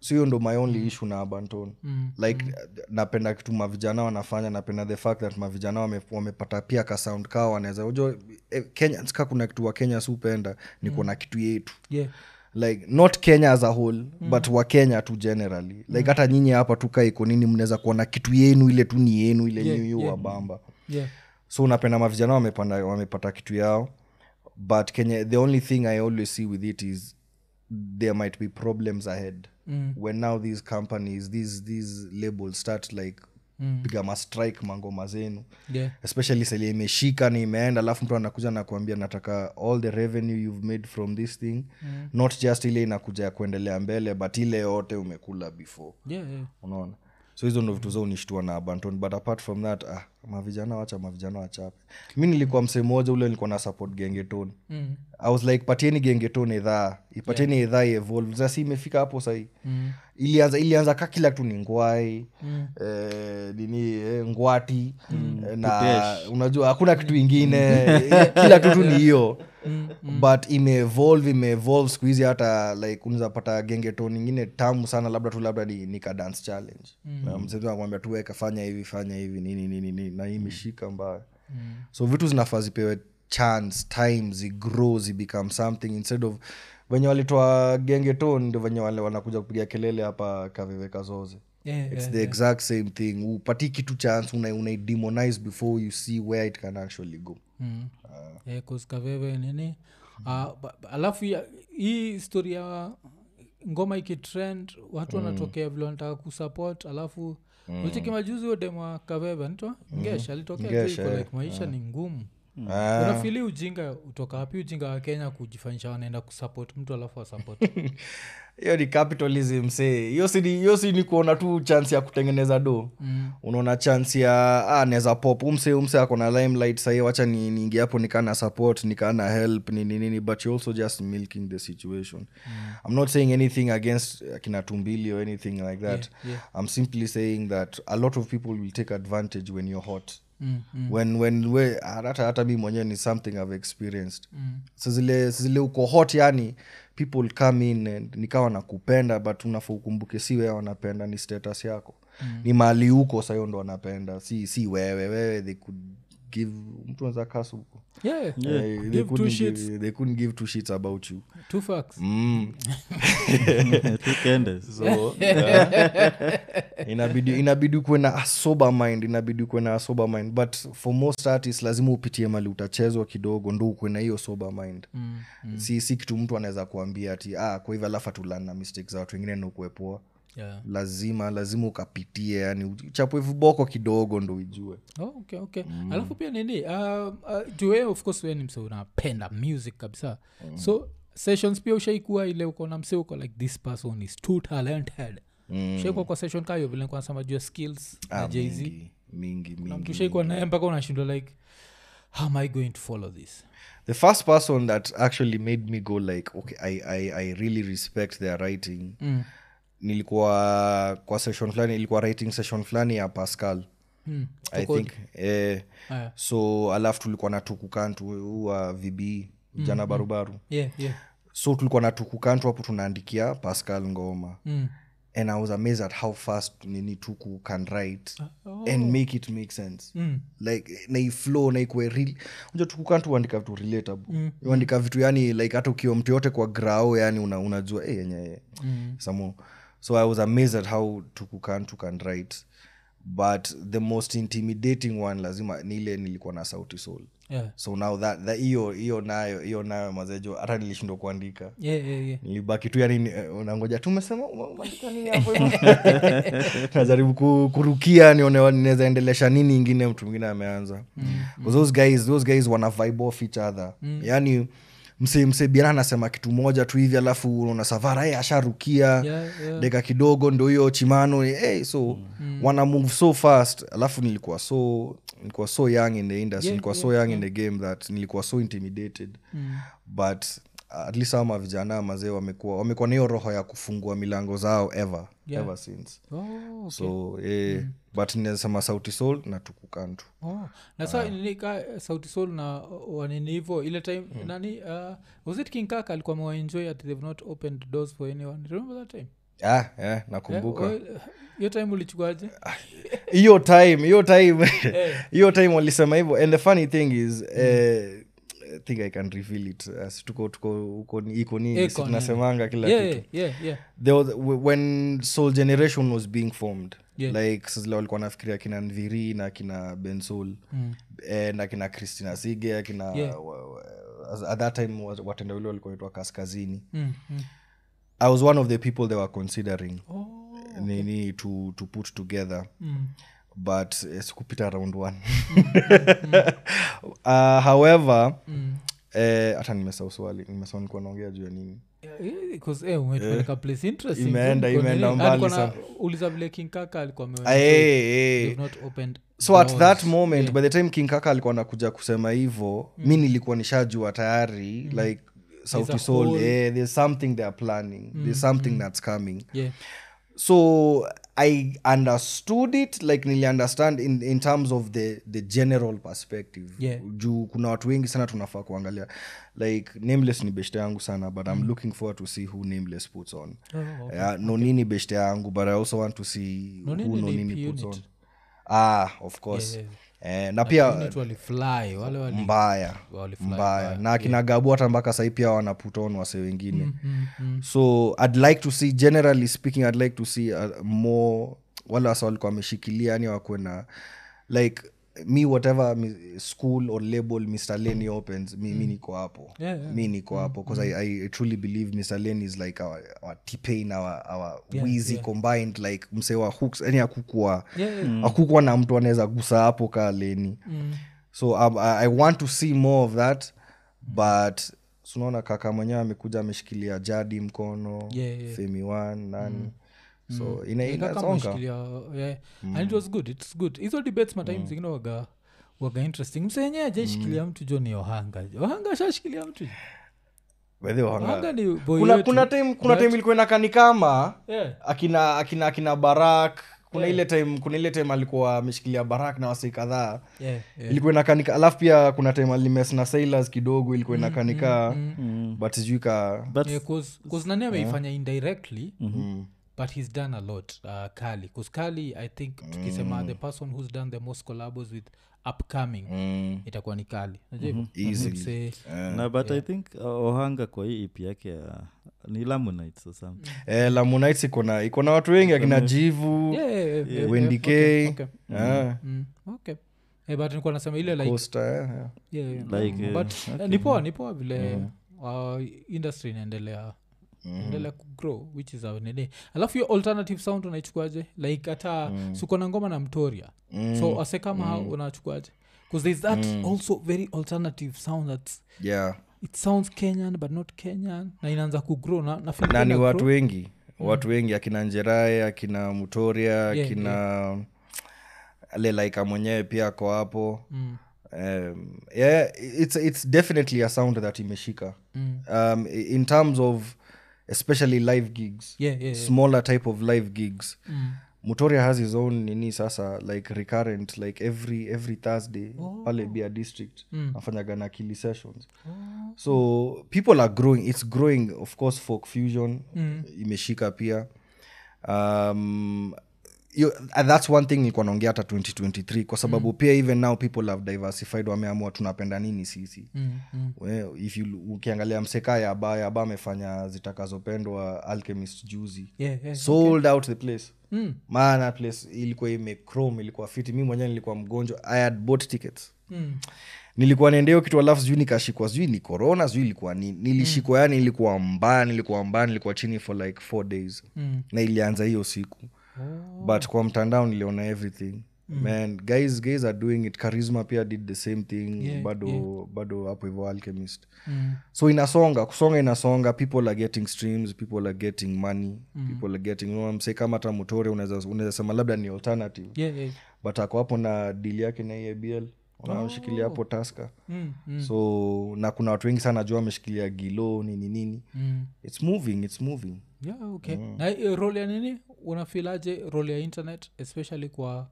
[SPEAKER 3] so hiyo ndo my only issue na abanton
[SPEAKER 1] Mm.
[SPEAKER 3] like uh, napenda kitu mavijana wanafanya napenda the fact that mavijana wame, wamepata pia kasound kaa wanaweza ujua eh, kenya ska kuna kitu wa kenya supenda ni kuona kitu yetu
[SPEAKER 1] yeah.
[SPEAKER 3] like not kenya as a whole mm. but wa kenya tu generally like hata nyinyi hapa tu kaa iko nini mnaweza kuona kitu yenu ile tu ni yenu ile yeah, niyo yeah. wabamba
[SPEAKER 1] yeah.
[SPEAKER 3] so napenda mavijana wamepanda, wamepata kitu yao but kenya the only thing i always see with it is there might be problems ahead mm. when now these companies these, these labels start like mm. piga mastrike mangoma zenu
[SPEAKER 1] Yeah.
[SPEAKER 3] especially sali imeshika na imeenda alafu mtu anakuja nakuambia nataka all the revenue you've made from this thing mm. not just ile inakuja ya kuendelea mbele but ile yote umekula before
[SPEAKER 1] Yeah, yeah.
[SPEAKER 3] unaona so hizo ndo vitu zao nishtua na abanton but apart from that ah, mavijana wacha mavijana wachape mi nilikuwa msee mmoja ule nilikuwa na support gengetoni
[SPEAKER 1] Mm.
[SPEAKER 3] i was like patieni gengetoni edhaa ipatieni yeah. edhaa evolve sasa imefika hapo sahii mm. ilianza ilianza ka kila kitu ni ngwai mm. eh, nini eh, ngwati mm. na unajua hakuna kitu ingine kila kitu ni hiyo
[SPEAKER 1] Mm,
[SPEAKER 3] but imeevolve imeevolve siku hizi hata like unaweza pata gengeton ingine tamu sana labda tu labda ni, ni ka dance challenge
[SPEAKER 1] Mm.
[SPEAKER 3] Na mzee tu anakuambia tu weka fanya hivi fanya hivi nini nini nini na hii imeshika mbaya
[SPEAKER 1] Mm.
[SPEAKER 3] so vitu zinafaa zipewe chance time zigrow zibecome something instead of wenye walitoa gengeton ndio venye wale wanakuja kupiga kelele hapa kaveveka zoze
[SPEAKER 1] Yeah,
[SPEAKER 3] it's
[SPEAKER 1] yeah.
[SPEAKER 3] the exact same thing upatii kitu chance una, una demonize before you see where it can actually go
[SPEAKER 1] Mm.
[SPEAKER 3] Ah.
[SPEAKER 1] Eh, 'cause kavewe nini Ah, ba- ba- alafu ya- hii story ya ngoma ikitrend watu
[SPEAKER 3] Mm.
[SPEAKER 1] wanatokea vile wanataka kusupport alafu mm. uchiki majuzi huyo dema kaveve nitwa ngesha alitokea tu
[SPEAKER 3] Ngesha,
[SPEAKER 1] iko
[SPEAKER 3] eh.
[SPEAKER 1] like maisha ni ngumu
[SPEAKER 3] Ah.
[SPEAKER 1] unafili ujinga utoka wapi ujinga wa kenya kujifanyisha wanaenda kusupport mtu alafu asupport
[SPEAKER 3] hiyo ni capitalism see. hiyo si ni- hiyo si ni kuona tu chance ya kutengeneza do mm. unaona chance ya ah, neza pop umse umse ako na limelight sahii wacha ni- niingie hapo nikana support nikana help nini nini but you also just milking the situation mm. i'm not saying anything against uh, kina tumbili or anything like that
[SPEAKER 1] yeah.
[SPEAKER 3] i'm simply saying that a lot of people will take advantage when you're hot Mm, mm. when when we hata hata mi mwenyewe ni something i've experienced mm. so zile zile uko hot yani people come in and nikawa nakupenda but unafaa ukumbuke si wewe wanapenda ni status yako mm. ni mali huko sahiyo ndo wanapenda si si wewe wewe they could give mtu anaweza kasu huko
[SPEAKER 1] yeah,
[SPEAKER 3] Eh, they
[SPEAKER 1] give two
[SPEAKER 3] couldn't
[SPEAKER 1] shits
[SPEAKER 3] give- they couldn't give two shits about you
[SPEAKER 1] two facts
[SPEAKER 3] mm.
[SPEAKER 2] Mm-hmm. tukende
[SPEAKER 3] so yeah. inabidi inabidi ukuwe na a sober mind inabidi ukuwe na a sober mind but for most artists lazima upitie mali utachezwa kidogo ndo ukuwe na hiyo sober mind mm, mm. si, si kitu mtu anaweza kuambia ati ah, kwa hivyo alafu atulani na mistakes za watu wengine na ukuwe poa
[SPEAKER 1] yeah.
[SPEAKER 3] lazima lazima ukapitie yani uchapwe viboko kidogo ndo ujue
[SPEAKER 1] oh, okay, okay.
[SPEAKER 3] Mm.
[SPEAKER 1] alafu pia nini um, uh, juwe of course we ni mse unapenda music kabisa
[SPEAKER 3] Mm.
[SPEAKER 1] so sessions pia ushaikuwa ile uko na mse uko like this person is too talented mm. ushaikuwa kwa session kayo vile kanasema jua skills na
[SPEAKER 3] Ah,
[SPEAKER 1] jz
[SPEAKER 3] mingi, mingi, mingi.
[SPEAKER 1] tushaikuwa naye mpaka unashindwa like how am i going to follow this
[SPEAKER 3] the first person that actually made me go like okay i, I, I really respect their writing mm. nilikuwa kwa session fulani ilikuwa writing session fulani ya pascal
[SPEAKER 1] mm.
[SPEAKER 3] i think eh,
[SPEAKER 1] Aya.
[SPEAKER 3] so alafu tulikuwa na tukukantu huwa vb
[SPEAKER 1] Mm,
[SPEAKER 3] jana barubaru
[SPEAKER 1] yeah, yeah.
[SPEAKER 3] so tulikuwa na tukukantu hapo tunaandikia pascal ngoma
[SPEAKER 1] Mm.
[SPEAKER 3] and i was amazed at how fast nini tuku can write and make it make sense
[SPEAKER 1] Mm.
[SPEAKER 3] like naiflow naikue unja tukukantu uandika vitu relatable uandika vitu yani like hata ukiwa mtu yote kwa grao yani una, unajua hey, yenye mm. samo so i was amazed at how tukukantu can write but the most intimidating one lazima ni ile nilikuwa na sauti soul
[SPEAKER 1] Yeah.
[SPEAKER 3] so now that that hiyo hiyo nayo hiyo nayo mazejo hata nilishindwa kuandika
[SPEAKER 1] Yeah, yeah, yeah.
[SPEAKER 3] nilibaki tu yani ni- unangoja tumesema umeandika nini hapo hivyo? najaribu ku- kurukia nione ninaweza endelesha nini ingine mtu mwingine ameanza mm. those guys those guys wana vibe off each other mm. yani mse mse biana anasema kitu moja tu hivi alafu unaona savara hey, asharukia
[SPEAKER 1] Yeah, yeah. Mm.
[SPEAKER 3] deka kidogo ndo hiyo chimano hey, so wana move so fast alafu nilikuwa so nilikuwa so young in the industry nilikuwa so young in the game that nilikuwa so intimidated
[SPEAKER 1] Mm.
[SPEAKER 3] but at least hawa mavijana mazee wamekuwa wamekuwa na hiyo roho ya kufungua milango zao ever
[SPEAKER 1] Yeah.
[SPEAKER 3] ever since
[SPEAKER 1] Oh, okay. Mm.
[SPEAKER 3] so eh, but ninasema sauti sol na tukukantu
[SPEAKER 1] Oh.
[SPEAKER 3] Ah.
[SPEAKER 1] na saa nini ka sauti sol na uh, wanini hivo ile time
[SPEAKER 3] Hmm.
[SPEAKER 1] nani uh, was it king kaka alikuwa amewaenjoy at they've not opened doors for anyone remember that time
[SPEAKER 3] ah, yeah, nakumbuka
[SPEAKER 1] Yeah, well, uh, hiyo time ulichukuaje
[SPEAKER 3] hiyo time hiyo time
[SPEAKER 1] Eh.
[SPEAKER 3] hiyo time walisema hivyo and the funny thing is eh, I think i can reveal it As tuko tuko huko ni- iko nini si
[SPEAKER 1] Iko
[SPEAKER 3] tunasemanga kila
[SPEAKER 1] yeah,
[SPEAKER 3] kitu
[SPEAKER 1] yeah, yeah, yeah.
[SPEAKER 3] there was, w- when soul generation was being formed
[SPEAKER 1] Yeah.
[SPEAKER 3] like sazile walikuwa nafikiria kina nviri na kina bensol mm. eh, na kina christina sige akina
[SPEAKER 1] Yeah.
[SPEAKER 3] wa- wa- as- at that time wa- watendawili walikuwa naitwa kaskazini
[SPEAKER 1] Mm, mm.
[SPEAKER 3] i was one of the people they were considering
[SPEAKER 1] Oh,
[SPEAKER 3] nini to, to put together
[SPEAKER 1] mm.
[SPEAKER 3] but eh, sikupita round one uh, however
[SPEAKER 1] Mm-hmm. Mm.
[SPEAKER 3] eh, hata nimesau swali nimesau nikuwa naongea juu ya nini
[SPEAKER 1] Eh, 'cause, eh, umetupeleka place interesting.
[SPEAKER 3] Imeenda-
[SPEAKER 1] Niko
[SPEAKER 3] imeenda
[SPEAKER 1] nini?
[SPEAKER 3] mbali
[SPEAKER 1] Alikuwa na-
[SPEAKER 3] sana.
[SPEAKER 1] uliza vile king kaka alikuwa ame-
[SPEAKER 3] Ah, eh, eh.
[SPEAKER 1] they've not opened
[SPEAKER 3] so at
[SPEAKER 1] doors.
[SPEAKER 3] that moment by the time king kaka alikuwa anakuja kusema hivo mi nilikuwa nishajua tayari like sauti
[SPEAKER 1] There's Mm. a
[SPEAKER 3] sol
[SPEAKER 1] whole- Mm.
[SPEAKER 3] eh, there's something theyare planning there's something that's coming
[SPEAKER 1] Yeah.
[SPEAKER 3] so i understood it like nili understand in, in terms of the, the general perspective
[SPEAKER 1] Yeah.
[SPEAKER 3] juu kuna watu wengi sana tunafaa kuangalia like nameless ni beshte yangu sana but i'm looking forward to see who nameless puts on
[SPEAKER 1] Mm. Oh, okay.
[SPEAKER 3] yeah, nonini beshte yangu but i also want to see
[SPEAKER 1] Nonini
[SPEAKER 3] who
[SPEAKER 1] ni
[SPEAKER 3] nonini
[SPEAKER 1] EP
[SPEAKER 3] puts
[SPEAKER 1] unit.
[SPEAKER 3] on ah of course
[SPEAKER 1] Yeah,
[SPEAKER 3] Eh, na pia
[SPEAKER 1] Unit walifly, wale wali-
[SPEAKER 3] mbaya
[SPEAKER 1] walifly,
[SPEAKER 3] mbaya na akina gabu hata mpaka sahii pia wanaputon wase wengine
[SPEAKER 1] mm, mm.
[SPEAKER 3] so i'd like to see generally speaking i'd like to see uh, more wale wasa walikuwa wameshikilia yani wakuwe na like me whatever mi- school or label mr leni opens mi, mi niko hapo
[SPEAKER 1] Yeah, yeah. Mm.
[SPEAKER 3] mi niko hapo bcause I, i truly believe mr leni is like our, our tpain our, our yeah, wizi yeah. combined like msee wa hooks Yaani yani akukua
[SPEAKER 1] Yeah, yeah.
[SPEAKER 3] akukuwa na mtu anaweza gusa hapo kaa leni mm. so um, I, i want to see more of that but sunaona kaka mwenyewe amekuja ameshikilia jadi mkono
[SPEAKER 1] Yeah, yeah. Mm.
[SPEAKER 3] femi one nani so ina-
[SPEAKER 1] Like, kama
[SPEAKER 3] inasonga
[SPEAKER 1] umeshikilia, yeah.
[SPEAKER 3] Mm.
[SPEAKER 1] and it was good its good hizo debates matime zingine waga waga interesting mse yenyewe
[SPEAKER 3] Mm.
[SPEAKER 1] ajaishikilia mtu jo ni ohanga ohanga ashashikilia mtu
[SPEAKER 3] By the way, wanga-
[SPEAKER 1] ohanga ni boy
[SPEAKER 3] kuna
[SPEAKER 1] wetu.
[SPEAKER 3] kuna time kuna time ilikuwa inakani kama
[SPEAKER 1] Yeah.
[SPEAKER 3] akina akina akina barak kuna ile time kuna ile time alikuwa ameshikilia barak na wasei kadhaa
[SPEAKER 1] Yeah, yeah.
[SPEAKER 3] ilikuwa inakanika alafu pia kuna time alimes na sailors kidogo ilikuwa
[SPEAKER 1] Mm,
[SPEAKER 3] inakanika Mm. but sijui ka
[SPEAKER 2] but
[SPEAKER 1] Yeah, 'cause- 'cause nani ameifanya
[SPEAKER 3] Eh.
[SPEAKER 1] indirectly
[SPEAKER 3] Mm-hmm.
[SPEAKER 1] Mm. but he's done a lot uh, kali bcause kali i think
[SPEAKER 3] Mm.
[SPEAKER 1] tukisema the person who's done the most collabos with upcoming
[SPEAKER 3] Mm.
[SPEAKER 1] itakuwa ni kali
[SPEAKER 3] Mm-hmm.
[SPEAKER 1] najamse
[SPEAKER 2] na but i think uh, ohanga kwa hii ip yake ya ni lamunite sasa
[SPEAKER 3] eh, lamunit iko na iko na watu wengi akina jivu Wendy K. eh,
[SPEAKER 1] Eh, but nikuwa nasema ile Mm. like
[SPEAKER 3] Costa, eh,
[SPEAKER 1] yeah, yeah.
[SPEAKER 2] Like,
[SPEAKER 3] uh,
[SPEAKER 2] eh,
[SPEAKER 1] but eh, ni poa ni poa vile uh, industry inaendelea
[SPEAKER 3] Mm-hmm.
[SPEAKER 1] endelea kugrow which is our nini alafu hiyo alternative sound unaichukuaje like hata
[SPEAKER 3] Mm.
[SPEAKER 1] suko na ngoma na mtoria so ase kama hao unachukuaje bcause thereis that
[SPEAKER 3] Mm.
[SPEAKER 1] also very alternative sound thats
[SPEAKER 3] yeah.
[SPEAKER 1] it sounds kenyan but not kenyan na inaanza kugrow na, na feel
[SPEAKER 3] na ni
[SPEAKER 1] ina
[SPEAKER 3] watu
[SPEAKER 1] grow.
[SPEAKER 3] wengi watu wengi akina njerae akina mutoria
[SPEAKER 1] Yeah,
[SPEAKER 3] akina ale laika mwenyewe pia ako hapo mm. um, yeah, it's, it's definitely a sound that imeshika mm. um, in terms of especially live gigs
[SPEAKER 1] Yeah, yeah, yeah.
[SPEAKER 3] smaller type of live gigs mm. mutoria has his own nini sasa like recurrent like every every thursday oh. pale bia district mm. Oh. afanyaga na kili sessions so people are growing it's growing of course folk fusion mm. imeshika pia um, you, and that's one thing nilikuwa naongea hata 2023 kwa sababu mm. pia even now people have diversified wameamua tunapenda nini sisi mm, mm. Well, if you, ukiangalia msekaya abaya aba amefanya zitakazopendwa alchemist juzi
[SPEAKER 1] Yeah, yeah.
[SPEAKER 3] sold out the place Eh, mm. maana place ilikuwa imecrom ilikuwa fiti mi mwenyewe nilikuwa mgonjwa i had bought tickets
[SPEAKER 1] Mm.
[SPEAKER 3] nilikuwa naendeo kitu alafu sijui nikashikwa sijui ni corona sijui ilikuwa nini nilishikwa
[SPEAKER 1] Mm.
[SPEAKER 3] yani ilikuwa mbaya nilikuwa mbaya nilikuwa chini for like four days
[SPEAKER 1] Mm. Oh.
[SPEAKER 3] na ilianza hiyo siku but kwa mtandao niliona everything
[SPEAKER 1] Mm.
[SPEAKER 3] man guys guys are doing it charisma pia did the same thing
[SPEAKER 1] Yeah,
[SPEAKER 3] bado bado hapo hivyo alchemist
[SPEAKER 1] Mm.
[SPEAKER 3] so inasonga kusonga inasonga people are getting streams people are getting money mm. people are getting you know, mse kama hata mutore unaweza unaweza sema labda ni alternative
[SPEAKER 1] Yeah, yeah.
[SPEAKER 3] but ako hapo na dili yake na abl unamshikilia hapo taska
[SPEAKER 1] Mm, Oh. mm,
[SPEAKER 3] so na kuna watu wengi sana jua ameshikilia gilo nini nini
[SPEAKER 1] mm.
[SPEAKER 3] its moving its moving
[SPEAKER 1] yeah okay
[SPEAKER 3] Mm.
[SPEAKER 1] na eh, role ya nini unafilaje role ya internet especially kwa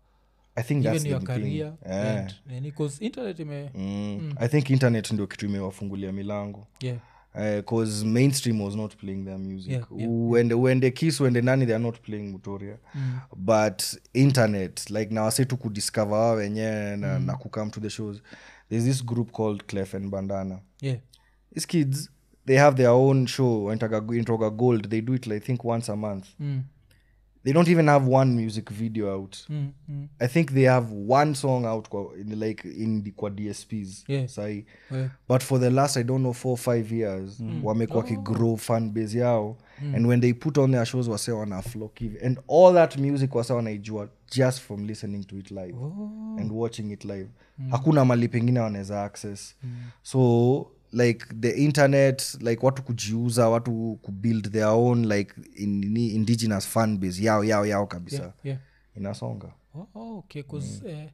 [SPEAKER 3] i think that's
[SPEAKER 1] even
[SPEAKER 3] the
[SPEAKER 1] your
[SPEAKER 3] thing
[SPEAKER 1] career and nini 'cause internet ime
[SPEAKER 3] mm. i think internet ndio kitu imewafungulia milango
[SPEAKER 1] yeah
[SPEAKER 3] because mainstream was not playing their music
[SPEAKER 1] Yeah, yeah,
[SPEAKER 3] uende uende kiss uende nani they are not playing mutoria
[SPEAKER 1] Mm.
[SPEAKER 3] but internet like nawase tu kudiscover wao wenyewe na,
[SPEAKER 1] Mm.
[SPEAKER 3] na kucome to the shows there's this group called clef and bandana
[SPEAKER 1] yeah
[SPEAKER 3] these kids they have their own show Intaga- intoga gold they do it like, i think once a month
[SPEAKER 1] mm,
[SPEAKER 3] they don't even have one music video out
[SPEAKER 1] mm, mm.
[SPEAKER 3] i think they have one song out kwa, in, like in the, kwa dsps
[SPEAKER 1] Yeah.
[SPEAKER 3] sahi
[SPEAKER 1] Yeah.
[SPEAKER 3] but for the last i don't know four five years wamekuwa kigrow fan base yao and when they put on their shows wase wana flock hivi and all that music wase wanaijua just from listening to it live and watching it live hakuna mali pengine wanaweza access so like the internet like watu kujiuza watu kubuild their own like in, in indigenous fan base yao yao yao kabisa
[SPEAKER 1] yeah
[SPEAKER 3] inasonga
[SPEAKER 1] oh, oh, okay bcause mm. eh,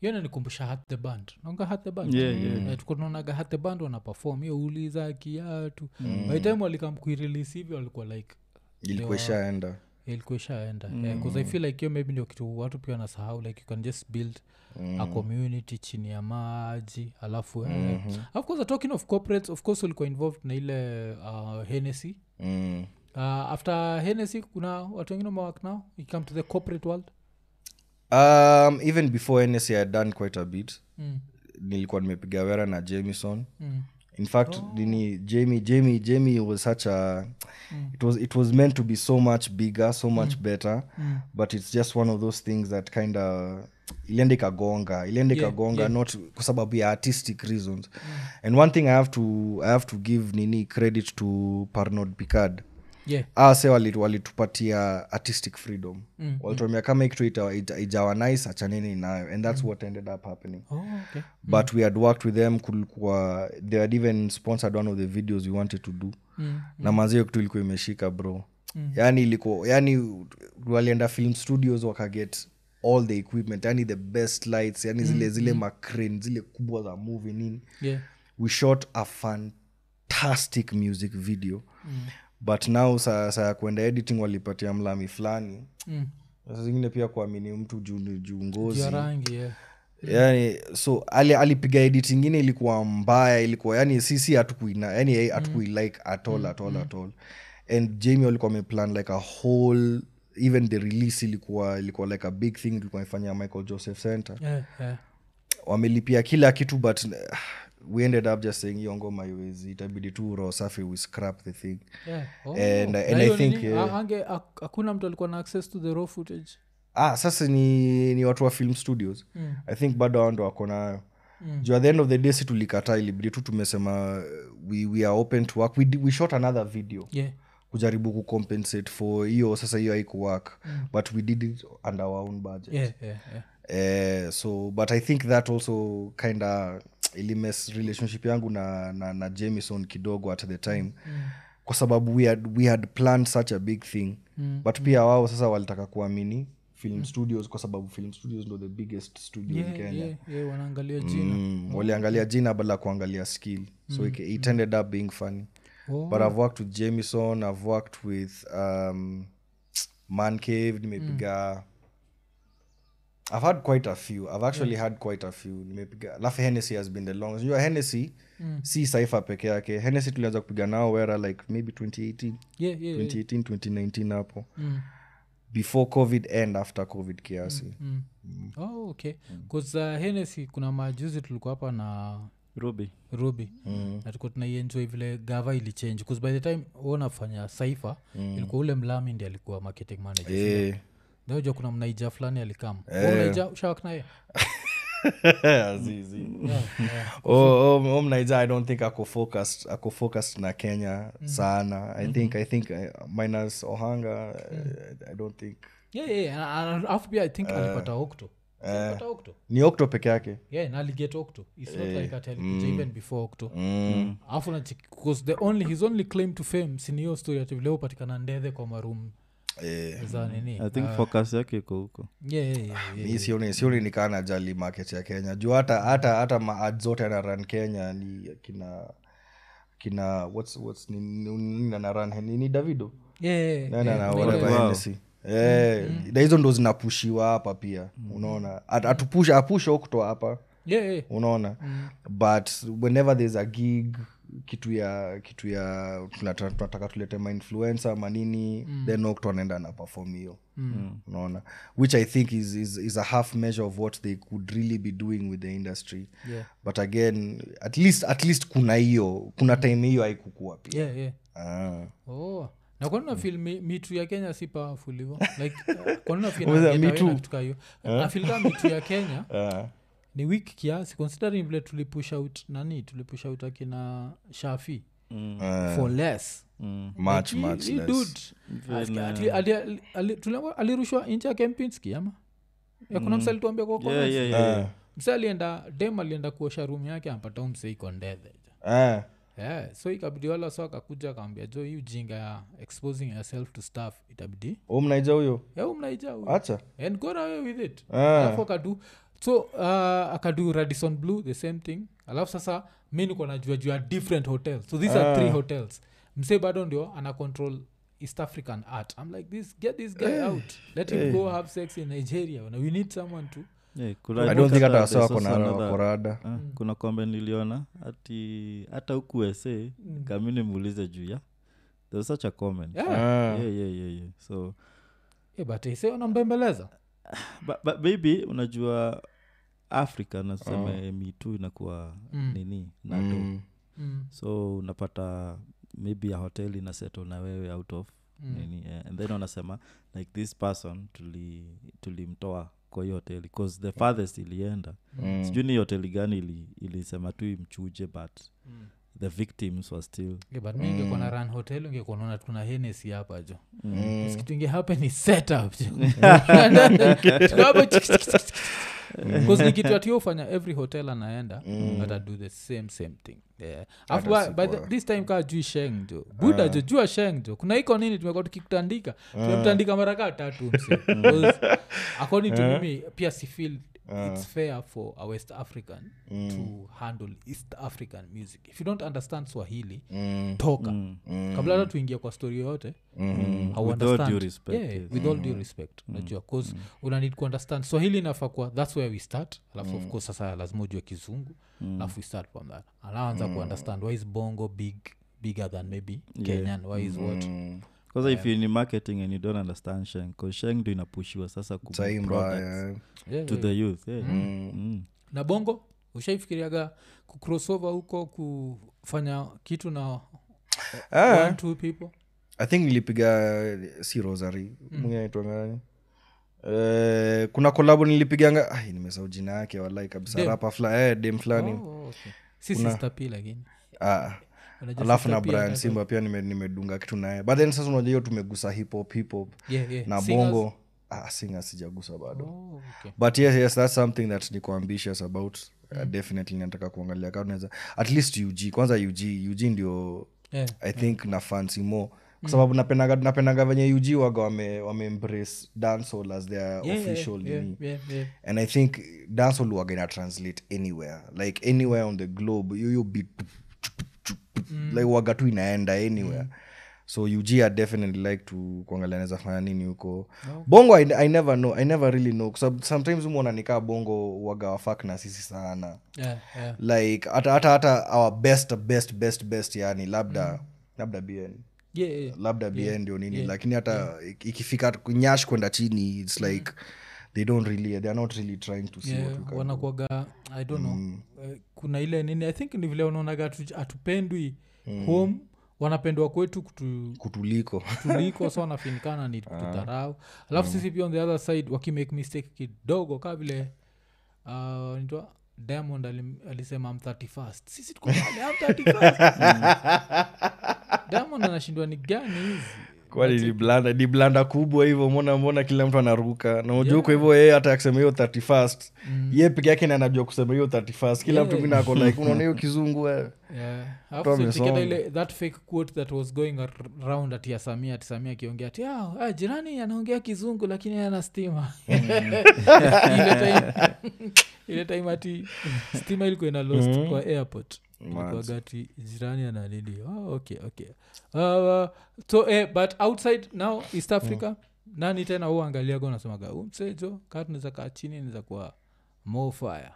[SPEAKER 1] hiyo nanikumbusha hat the band naonga hat the band
[SPEAKER 2] Yeah, yeah.
[SPEAKER 1] Eh, tulikuwa tunaonaga hat the band wanapefom hiyo uliza kiatu mm. by the time walikam kuirelease hivyo walikuwa like
[SPEAKER 3] ilikuwa ishaenda
[SPEAKER 1] ilikuwa ishaenda bcause i feel like hiyo maybe ndio kitu watu pia wanasahau like you can just build mm. a community chini ya maji alafu mm-hmm. of course talking of corporates of course ulikuwa involved na ile uh, hennessy
[SPEAKER 3] mm.
[SPEAKER 1] uh, after hennessy kuna watu wengine mawak nao you come to the corporate world
[SPEAKER 3] um, even before nsa had done quite a bit
[SPEAKER 1] mm.
[SPEAKER 3] nilikuwa nimepiga wera na jamison
[SPEAKER 1] Mm.
[SPEAKER 3] in fact nini jamie jamie jamie was such a
[SPEAKER 1] Mm.
[SPEAKER 3] it was it was meant to be so much bigger so much better
[SPEAKER 1] Mm.
[SPEAKER 3] but it's just one of those things that kind of ilienda ikagonga ilienda
[SPEAKER 1] Yeah, Mm.
[SPEAKER 3] ikagonga not kwa sababu ya artistic reasons and one thing i have to i have to give nini credit to parnod picard
[SPEAKER 1] yeah.
[SPEAKER 3] ase Ah, walitupatia artistic freedom
[SPEAKER 1] Mm,
[SPEAKER 3] walituambia kama ikitu ijawa nice achaneni nayo and
[SPEAKER 1] Mm.
[SPEAKER 3] that's what ended up happening
[SPEAKER 1] Oh, okay.
[SPEAKER 3] but we had worked with them kulikuwa they had even sponsored one of the videos we wanted to do
[SPEAKER 1] Mm.
[SPEAKER 3] na manzio kitu ilikuwa imeshika bro mm. yani ilikuwa yani walienda film studios wakaget all the equipment yani the best lights yani zile
[SPEAKER 1] Mm,
[SPEAKER 3] zile macrane zile kubwa za movie nini
[SPEAKER 1] Yeah.
[SPEAKER 3] we shot a fantastic music video mm. but now saa saa ya kuenda editing walipatia mlami fulani
[SPEAKER 1] Mm.
[SPEAKER 3] saa zingine pia kuamini mtu juu juu ngozi
[SPEAKER 1] ya rangi yeah.
[SPEAKER 3] yani so ali, alipiga edit ingine ilikuwa mbaya ilikuwa yani sisi hatukuina yani yeye hatukuilike at all at all at all and jamie walikuwa ameplan like a whole even the release ilikuwa ilikuwa like a big thing ilikuwa ifanya michael joseph center
[SPEAKER 1] Yeah, yeah.
[SPEAKER 3] wamelipia kila kitu but ah, we ended up just saying hiyo ngoma iwezi itabidi tu roho safi we scrap the thing
[SPEAKER 1] Yeah. Oh.
[SPEAKER 3] And-
[SPEAKER 1] Na
[SPEAKER 3] and I
[SPEAKER 1] hiyo
[SPEAKER 3] think, uh,
[SPEAKER 1] nini,
[SPEAKER 3] yeah.
[SPEAKER 1] ha- ange- hak- hakuna mtu alikuwa na access to the raw footage
[SPEAKER 3] ah sasa ni, ni watu wa film studios mm. i think bado hao ndo wako nayo mm. juu at the end of the day si tulikataa ilibidi tu tumesema uh, we, we are open to work we, di- we shot another video
[SPEAKER 1] yeah.
[SPEAKER 3] kujaribu kucompensate for hiyo sasa hiyo haikuwork mm. but we did it under our own budget
[SPEAKER 1] Yeah, yeah, yeah.
[SPEAKER 3] eh, so but i think that also kinda ilimes relationship yangu na, na, na jamison kidogo at the time mm. kwa sababu we had, we had planned such a big thing mm. but pia wao sasa walitaka kuamini film mm. studios kwa sababu film studios ndo the biggest studio in
[SPEAKER 1] Yeah,
[SPEAKER 3] kenya
[SPEAKER 1] yeah, yeah, wanaangalia jina
[SPEAKER 3] Mm, waliangalia jina badala ya kuangalia skill so it, it ended up being funny
[SPEAKER 1] Mm. Oh.
[SPEAKER 3] but i've worked with jamison i've worked with um, man cave nimepiga
[SPEAKER 1] Mm.
[SPEAKER 3] i've had quite a few i've actually had quite a few nimepiga alafu hennessy has been the longest you hennessy
[SPEAKER 1] Mm.
[SPEAKER 3] si saifa peke yake hennessy tulianza kupiga nao wera like maybe 2018
[SPEAKER 1] yeah, yeah, yeah.
[SPEAKER 3] 2018 2019 hapo
[SPEAKER 1] Mm.
[SPEAKER 3] before covid and after covid kiasi
[SPEAKER 1] Mm. Oh, okay
[SPEAKER 3] Mm.
[SPEAKER 1] kaza henesi kuna majuzi tulikuwa hapa na
[SPEAKER 2] robi
[SPEAKER 1] ruby mm. natukuwa tunaienjoy vile gava ilichange bcause by the time unafanya saifa mm. ilikuwa ule mlami ndi alikuwa marketing manager
[SPEAKER 3] Eh.
[SPEAKER 1] najua kuna mnaija fulani alikam naija ushawak naye
[SPEAKER 3] Azizi.
[SPEAKER 1] Mm.
[SPEAKER 3] Oh, oh, oh, mnaija i don't think ako focused, ako focused na kenya
[SPEAKER 1] Mm.
[SPEAKER 3] sana
[SPEAKER 1] Mm-hmm.
[SPEAKER 3] i think i think uh, minus ohanga
[SPEAKER 1] Mm.
[SPEAKER 3] uh, i don't think
[SPEAKER 1] Yeah, yeah, yeah. a- a- alafu pia i think alipata okto Si alipata okto
[SPEAKER 3] ni okto peke yake
[SPEAKER 1] yeah, na aliget okto its not like ati alikuja even before okto alafu nacheki- 'cause the only his only claim to fame siniyo story ati vile upatikana ndethe kwa marum
[SPEAKER 3] Eh,
[SPEAKER 1] za nini
[SPEAKER 2] i think focus yake iko huko
[SPEAKER 1] yeah, yeah, yeah, yeah.
[SPEAKER 3] mi sioni sioni nikaa najali market ya kenya juu hata hata hata maad zote anaran kenya ni kina kina what's, what's, ni, ni, ni, anaran ni, ni davido
[SPEAKER 1] Yeah, yeah,
[SPEAKER 3] Nani
[SPEAKER 1] yeah. Mm-hmm.
[SPEAKER 3] ana- whatever
[SPEAKER 2] Wao.
[SPEAKER 3] Hennessy. Eh, na hizo ndo zinapushiwa hapa pia unaona At- atupusha apusha okutoa hapa
[SPEAKER 1] Yeah, yeah.
[SPEAKER 3] unaona
[SPEAKER 1] Mm.
[SPEAKER 3] but whenever there's a gig kitu ya kitu ya tunata- tunataka tulete mainfluencer manini
[SPEAKER 1] Mm.
[SPEAKER 3] then okto anaenda na perform hiyo unaona which i think is, is, is a half measure of what they could really be doing with the industry
[SPEAKER 1] Yeah.
[SPEAKER 3] but again at least, at least kuna hiyo kuna
[SPEAKER 1] Mm.
[SPEAKER 3] time hiyo haikukua pia
[SPEAKER 1] Yeah, yeah.
[SPEAKER 3] ah.
[SPEAKER 1] Oh. na kwanina fil mitu ya kenya si powerful hivo like uh, kwanina
[SPEAKER 3] Umesema Me Too?
[SPEAKER 1] hiyo nafilka mitu ya kenya
[SPEAKER 3] Ah.
[SPEAKER 1] ni wik kiasi considering vile tulipush out nani tulipush out akina shafi
[SPEAKER 2] Mm.
[SPEAKER 1] for less
[SPEAKER 3] Eh. Mm. much much
[SPEAKER 1] Hii- hii
[SPEAKER 3] less.
[SPEAKER 1] dude, alika- ali- ali- ali- ali- tuliambiwa alirushwa nje ya kempinski ama Ya kuna msa alituambia kwa kwa
[SPEAKER 2] Mm. yeah,
[SPEAKER 1] mess.
[SPEAKER 2] yeah, yeah,
[SPEAKER 3] Eh.
[SPEAKER 2] yeah.
[SPEAKER 1] msa alienda dem alienda kuosha rumu yake ampata mseiko ndethe
[SPEAKER 3] Ah.
[SPEAKER 1] yeah, so ikabidi wala so akakuja akaambia jo hii ujinga ya exposing yourself to stuff itabidi
[SPEAKER 3] Huyu mnaija huyo
[SPEAKER 1] eu mnaija huyu.
[SPEAKER 3] acha
[SPEAKER 1] and go away with it
[SPEAKER 3] Ah.
[SPEAKER 1] alafu akadu so uh, akadu radison blue the same thing alafu sasa mi niko najua juu ya different hotels so these are three hotels msee bado ndio ana control east african art i'm like this get this guy out let him go have sex in nigeria we need someone to
[SPEAKER 2] Yeah,
[SPEAKER 3] i don't think
[SPEAKER 2] hata
[SPEAKER 3] hata wasa
[SPEAKER 2] there's
[SPEAKER 3] wako na
[SPEAKER 2] also another-
[SPEAKER 3] wakorada
[SPEAKER 2] Ah, kuna kombe niliona ati hata huku sa kamini muulize juu ya there was such a comment
[SPEAKER 1] Yeah.
[SPEAKER 3] Ah.
[SPEAKER 2] yeah, yeah, yeah, yeah. so
[SPEAKER 1] yeah, Eh, but ise anambembeleza
[SPEAKER 2] but, but maybe unajua africa nasema oh. mitu inakuwa mm. nini nado mm.
[SPEAKER 1] mm.
[SPEAKER 2] so unapata maybe a hotel inasettle na wewe out of mm. nini eh, and then wanasema like this person tulimtoa tuli tulimtoa kwa hiyo hoteli bcause the farthest ilienda mm. sijui ni hoteli gani ili- ilisema tu imchuje but mm. the victims were still
[SPEAKER 1] Yeah, Eh, but mi ingekuwa na run hotel ingekuwa naona tuna henesi hapa jo Basi kitu ingehappen ni setup jo Tuko hapo chik, chik, chik, chik, chik. 'Cause ni kitu atiofanya every hotel anaenda atadu the same same thing yeah. Afu ba- by the- this time kaa jui sheng jo buda jo jua sheng jo kuna iko nini tumekuwa tukikutandika tumemtandika mara kaa tatu mse. 'Cause according to mimi pia si feel it's fair for a west african to handle east african music if you don't understand swahili toka kabla hata tuingia kwa story yoyote mm.
[SPEAKER 2] Mm. With all due respect, yes.
[SPEAKER 1] with all due respect unajua bcause una need kuunderstand swahili inafaa kuwa thats where we start alafu of course sasa lazima ujue kizungu alafu we start from that anaanza kuunderstand why is bongo big bigger than maybe kenyan why is what
[SPEAKER 2] because if you're in marketing and you don't understand sheng because sheng ndo inapushiwa sasa ku
[SPEAKER 3] Sahi
[SPEAKER 2] make
[SPEAKER 3] mbaya,
[SPEAKER 2] products
[SPEAKER 3] eh.
[SPEAKER 1] Yeah,
[SPEAKER 2] to the youth yeah. Mm.
[SPEAKER 1] na bongo ushaifikiriaga kucrossover huko kufanya kitu na
[SPEAKER 3] Ah,
[SPEAKER 1] one two people
[SPEAKER 3] i think nilipiga eh, si rosary
[SPEAKER 1] Hmm.
[SPEAKER 3] mwingine anaitwa nani Eh, kuna kolabo nilipiganga ai nimesahau jina yake walai kabisa
[SPEAKER 1] Dem.
[SPEAKER 3] rapa fula eh, dem fulani
[SPEAKER 1] oh, okay. si sister p lakini
[SPEAKER 3] ah.
[SPEAKER 1] Unajua
[SPEAKER 3] alafu
[SPEAKER 1] sister
[SPEAKER 3] na
[SPEAKER 1] P
[SPEAKER 3] brian
[SPEAKER 1] anataka-
[SPEAKER 3] simba pia nime- nimedunga kitu naye but then sasa unajua hiyo tumegusa hip hop hip hop
[SPEAKER 1] Yeah, yeah.
[SPEAKER 3] na
[SPEAKER 1] Singers.
[SPEAKER 3] bongo ah, singa sijagusa bado
[SPEAKER 1] Oh, okay. Mm.
[SPEAKER 3] but yes, yes that's something that niko ambitious about uh, definitely nataka kuangalia kama naweza at least ug kwanza ug ug ndio
[SPEAKER 1] Yeah. Mm.
[SPEAKER 3] i think na fancy more kwa sababu napendaga napendaga venye ug waga wame, wame embrace dancehall as their
[SPEAKER 1] Yeah, yeah,
[SPEAKER 3] official
[SPEAKER 1] yeah,
[SPEAKER 3] nini.
[SPEAKER 1] yeah, yeah.
[SPEAKER 3] and i think dancehall waga ina translate anywhere like anywhere on the globe yoyo beat like waga tu inaenda anywhere so ug i definitely like to kuangalia naweza fanya nini huko bongo I, i never know i never really know kwa sababu sometimes umwona nikaa bongo waga wafak na sisi sana
[SPEAKER 1] Yeah, yeah.
[SPEAKER 3] like hata hata hata our best best best best yani labda labda bn
[SPEAKER 1] Yeah, yeah.
[SPEAKER 3] labda bn ndio nini lakini hata ik- ikifika kunyash kwenda chini its like they don't really they are not really trying to see what we can
[SPEAKER 1] wanakuaga i don't know eh, kuna ile nini i think ni vile unaonaga hatu- hatupendwi home wanapendwa kwetu kutu
[SPEAKER 3] kutuliko
[SPEAKER 1] tuliko so wanafinikana ni kutudharau alafu sisi pia on the other side wakimake mistake kidogo kaa vile uh, nitwa diamond alim, alisema am 31st sisi tuko pale am 31st. diamond anashindwa ni gani hizi
[SPEAKER 3] kwani ni blanda ni blanda kubwa hivyo mbona mbona kila mtu anaruka na unajua kwa hivyo yeye hata akisema hiyo 31st ye peke yake na anajua kusema hiyo 31st kila mtu mwingine ako like unaona hiyo kizungu wewe
[SPEAKER 1] Yeah.
[SPEAKER 3] Tom
[SPEAKER 1] Alafu
[SPEAKER 3] Yasonga.
[SPEAKER 1] tukienda ile that fake quote that was going ar- around ati ya samia ati samia akiongea ati "Ah, ah, jirani anaongea kizungu lakini ana stima ile time ile time ati stima ilikuwa ina lost kwa airport ilikuwaga ati jirani analili oh, okay okay uh, so eh, but outside now east africa nani tena huangaliaga unasemaga "Oh, umsejo kaa tunaweza kaa chini naweza kuwa more fire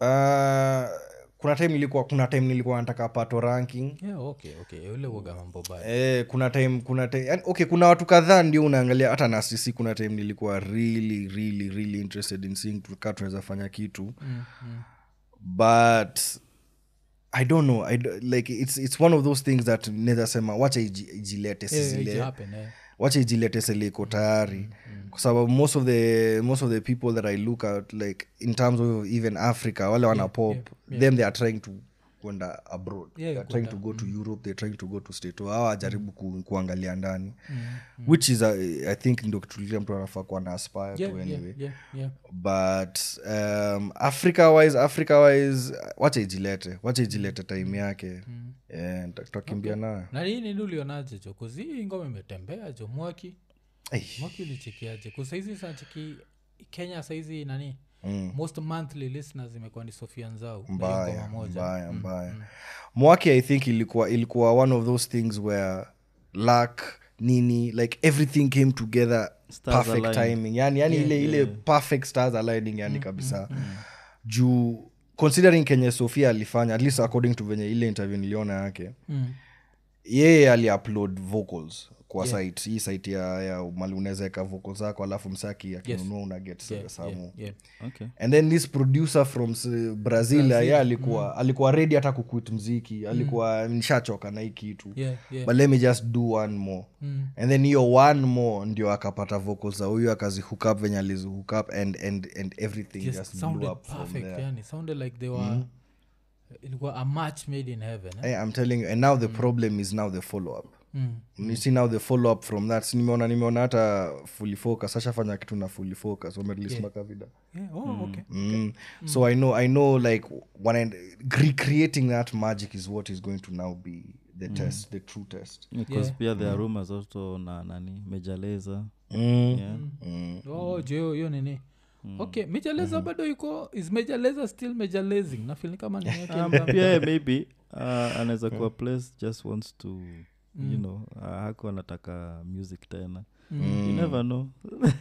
[SPEAKER 3] Ah, kuna time nilikuwa kuna time nilikuwa nataka pato ranking
[SPEAKER 1] yeah, okay okay ule uoga mambo baya
[SPEAKER 3] Eh, kuna time kuna time yani, okay kuna watu kadhaa ndio unaangalia hata na sisi kuna time nilikuwa really really really interested in seeing tukaa tunaweza fanya kitu
[SPEAKER 1] Mm, mm.
[SPEAKER 3] but i don't know I, do- like it's, it's one of those things that naweza sema wacha iji- ijilete
[SPEAKER 1] Yeah, yeah, it
[SPEAKER 3] sizile
[SPEAKER 1] happen, eh.
[SPEAKER 3] wacha ijilete sele iko tayari kwa sababu most of the most of the people that i look at like in terms of even africa wale wana pop them they are trying to kwenda abroad
[SPEAKER 1] Yeah,
[SPEAKER 3] they're trying to go to europe they're trying to go to state hawa hawajaribu ku, kuangalia ndani which is uh, i think ndo kitu kile mtu anafaa kuwa na aspire
[SPEAKER 1] Yeah,
[SPEAKER 3] to
[SPEAKER 1] yeah,
[SPEAKER 3] anyway
[SPEAKER 1] yeah, yeah.
[SPEAKER 3] but um, africa wise africa wise wacha ijilete wacha ijilete time yake mm. yeah, nita- tutakimbia nayo
[SPEAKER 1] na hii nini ulionaje jo kuzi hii ngoma imetembea jo mwaki mwaki ulichikiaje kusaizi sanachiki kenya saizi nani mm. most monthly listeners imekuwa ni sofia nzau na hiyo ngoma
[SPEAKER 3] mbaya
[SPEAKER 1] moja
[SPEAKER 3] mbaya mbaya mwaki i think ilikuwa ilikuwa one of those things where luck nini like everything came together
[SPEAKER 2] Stars
[SPEAKER 3] perfect
[SPEAKER 2] aligned.
[SPEAKER 3] timing yani, yani ile ile perfect stars aligning yani kabisa juu considering kenye sofia alifanya at least according to venye ile interview niliona yake
[SPEAKER 1] mm.
[SPEAKER 3] yeye aliupload vocals kwa yeah. site hii site ya, ya mali unaweza weka vocals zako alafu msaki akinunua yes. una get yeah, samu yeah.
[SPEAKER 1] Mm. yeah.
[SPEAKER 2] okay
[SPEAKER 3] and then this producer from s- brazil ye alikuwa mm. alikuwa redi hata kuquit mziki alikuwa nishachoka na hii kitu
[SPEAKER 1] yeah, yeah.
[SPEAKER 3] but let me just do one more mm. and then hiyo one more ndio akapata vocals za huyu akazihook up venye alizihook up and, and, and everything
[SPEAKER 1] Yes,
[SPEAKER 3] just blew
[SPEAKER 1] sounded
[SPEAKER 3] up from
[SPEAKER 1] perfect
[SPEAKER 3] there Mm.
[SPEAKER 1] yani sounded like they were eh, ilikuwa a match made in heaven eh?
[SPEAKER 3] Eh, i'm telling you and now the problem is now the follow up mm. you see now the follow up from that Si nimeona nimeona hata fully focus ashafanya kitu na fully focus wamerelease makavida
[SPEAKER 1] yeah, oh, okay.
[SPEAKER 3] Mm. so i know i know like when I, recreating that magic is what is going to now be the test the true test
[SPEAKER 2] because pia there are rumors also na nani mejaleza
[SPEAKER 3] mm.
[SPEAKER 2] yeah.
[SPEAKER 1] oh, jo hiyo nini okay
[SPEAKER 3] Mm-hmm.
[SPEAKER 1] mejaleza bado iko is mejaleza still mejalezing nafilni kama ni yake
[SPEAKER 2] um, pia yeye maybe uh, anaweza kuwa place just wants to you know uh, hako anataka music tena you never know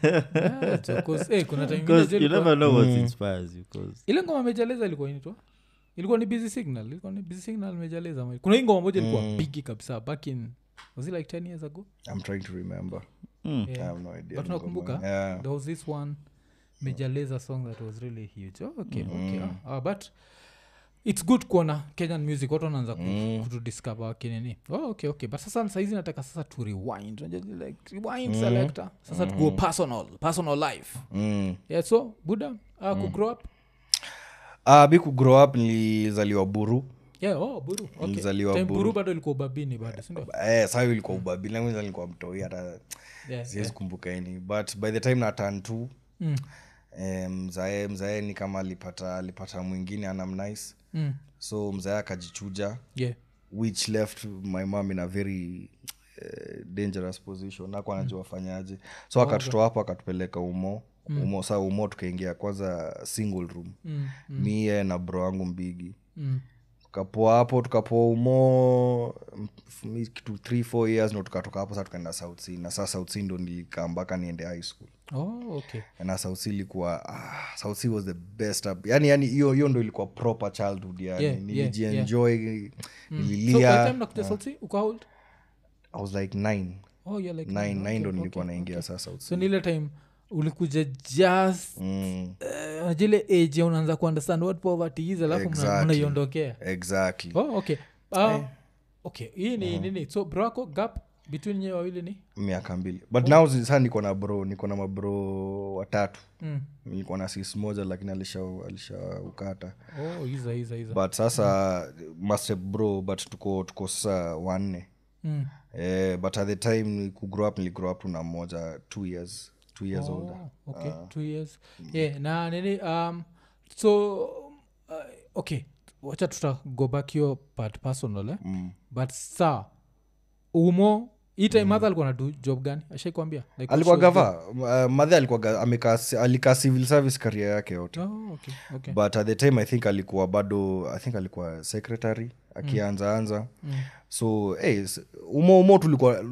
[SPEAKER 1] Yeah, so, 'cause, eh, kuna time ingine
[SPEAKER 2] because
[SPEAKER 1] jo
[SPEAKER 2] you
[SPEAKER 1] ilikuwa-
[SPEAKER 2] never know what inspires you 'cause-
[SPEAKER 1] ile ngoma mejaleza ilikuwa inaitwa ilikuwa ni busy signal ilikuwa ni busy signal mejaleza ama- kuna hii ngoma moja ilikuwa bigi kabisa back in was it like 10 years ago
[SPEAKER 3] i'm trying to remember
[SPEAKER 2] Mm.
[SPEAKER 3] i have no idea
[SPEAKER 1] But unakumbuka?
[SPEAKER 3] yeah.
[SPEAKER 1] there was this one major laser song that was really huge oh, okay, okay. ah, ah, but it's good kuona kenyan music watu wanaanza mm. kutudiscover wakinini oh, okay, okay. but sasa saizi nataka sasa tu rewind Unajua, like, rewind selector sasa tukuo personal personal life
[SPEAKER 3] mm.
[SPEAKER 1] yeah, so buda uh, kugrow up
[SPEAKER 3] uh, bi kugrow up nilizaliwa buru
[SPEAKER 1] yeah, oh, buru okay.
[SPEAKER 3] Nilizaliwa
[SPEAKER 1] Time
[SPEAKER 3] Buru.
[SPEAKER 1] buru bado ilikuwa ubabini bado sindio
[SPEAKER 3] eh, saa hiyo ilikuwa ubabi langu ilikuwa mtoi hata
[SPEAKER 1] yeah.
[SPEAKER 3] siwezi kumbuka ini but by the time na tan t
[SPEAKER 1] mm.
[SPEAKER 3] eh, mzae mzae ni kama alipata alipata mwingine anamnice
[SPEAKER 1] Mm.
[SPEAKER 3] so mzae akajichuja
[SPEAKER 1] yeah.
[SPEAKER 3] which left my mom in a very eh, dangerous position ako anajua fanyaje so akatutoa hapo akatupeleka umo umo saa umo tukaingia kwanza single room
[SPEAKER 1] Mm.
[SPEAKER 3] mie na bro wangu mbigi
[SPEAKER 1] Mm.
[SPEAKER 3] tukapoa hapo tukapoa umo mm, mi kitu three four years ndo tukatoka hapo saa tukaenda south sea na saa south sea ndo nilikaa mpaka niende high school
[SPEAKER 1] Oh, okay.
[SPEAKER 3] na south sea ilikuwa ah, south sea was the best up yani yani hiyo hiyo ndo ilikuwa proper childhood yani
[SPEAKER 1] Yeah, yeah, yeah.
[SPEAKER 3] nilijienjoy
[SPEAKER 1] so by
[SPEAKER 3] nililia
[SPEAKER 1] the time nakuja South Sea, uko how old?
[SPEAKER 3] i was like nine
[SPEAKER 1] Oh, you're like nine,
[SPEAKER 3] nine nine ndo
[SPEAKER 1] okay,
[SPEAKER 3] nilikuwa
[SPEAKER 1] okay,
[SPEAKER 3] naingia
[SPEAKER 1] okay.
[SPEAKER 3] saa south
[SPEAKER 1] so
[SPEAKER 3] sea
[SPEAKER 1] niile time ulikuja just
[SPEAKER 3] mm,
[SPEAKER 1] uh, jile age ya unaanza kuunderstand what poverty is alafu mna-
[SPEAKER 3] Exactly. Eh.
[SPEAKER 1] mnaiondokea
[SPEAKER 3] exactly
[SPEAKER 1] oh, okay uh, okay hii
[SPEAKER 3] Uh-huh.
[SPEAKER 1] ni nini so bro wako gap between nyewe wawili ni
[SPEAKER 3] miaka mbili but now sasa niko na bro niko na mabro watatu
[SPEAKER 1] mm.
[SPEAKER 3] nilikuwa na sis moja lakini alishaukata alisha alishaukata.
[SPEAKER 1] oh, iza iza iza
[SPEAKER 3] but sasa master bro but tuko tuko sasa wanne
[SPEAKER 1] mm.
[SPEAKER 3] eh, but at the time kugrow up niligrow up tu na moja two years two years oh. older
[SPEAKER 1] Oh, okay two years yeah na nini um, so uh, okay wacha tuta go back your part personal eh? mm. but sa umo hii time madha alikuwa nadu job gani ashaikwambia like,
[SPEAKER 3] alikuwa
[SPEAKER 1] shows-
[SPEAKER 3] gava uh, madhe alikuwa ga- amekaa si- alikaa civil service career yake yote
[SPEAKER 1] Oh, okay, okay.
[SPEAKER 3] but at the time i think alikuwa bado i think alikuwa secretary akianzaanza mm. so hey, s- umo umo tulikuwa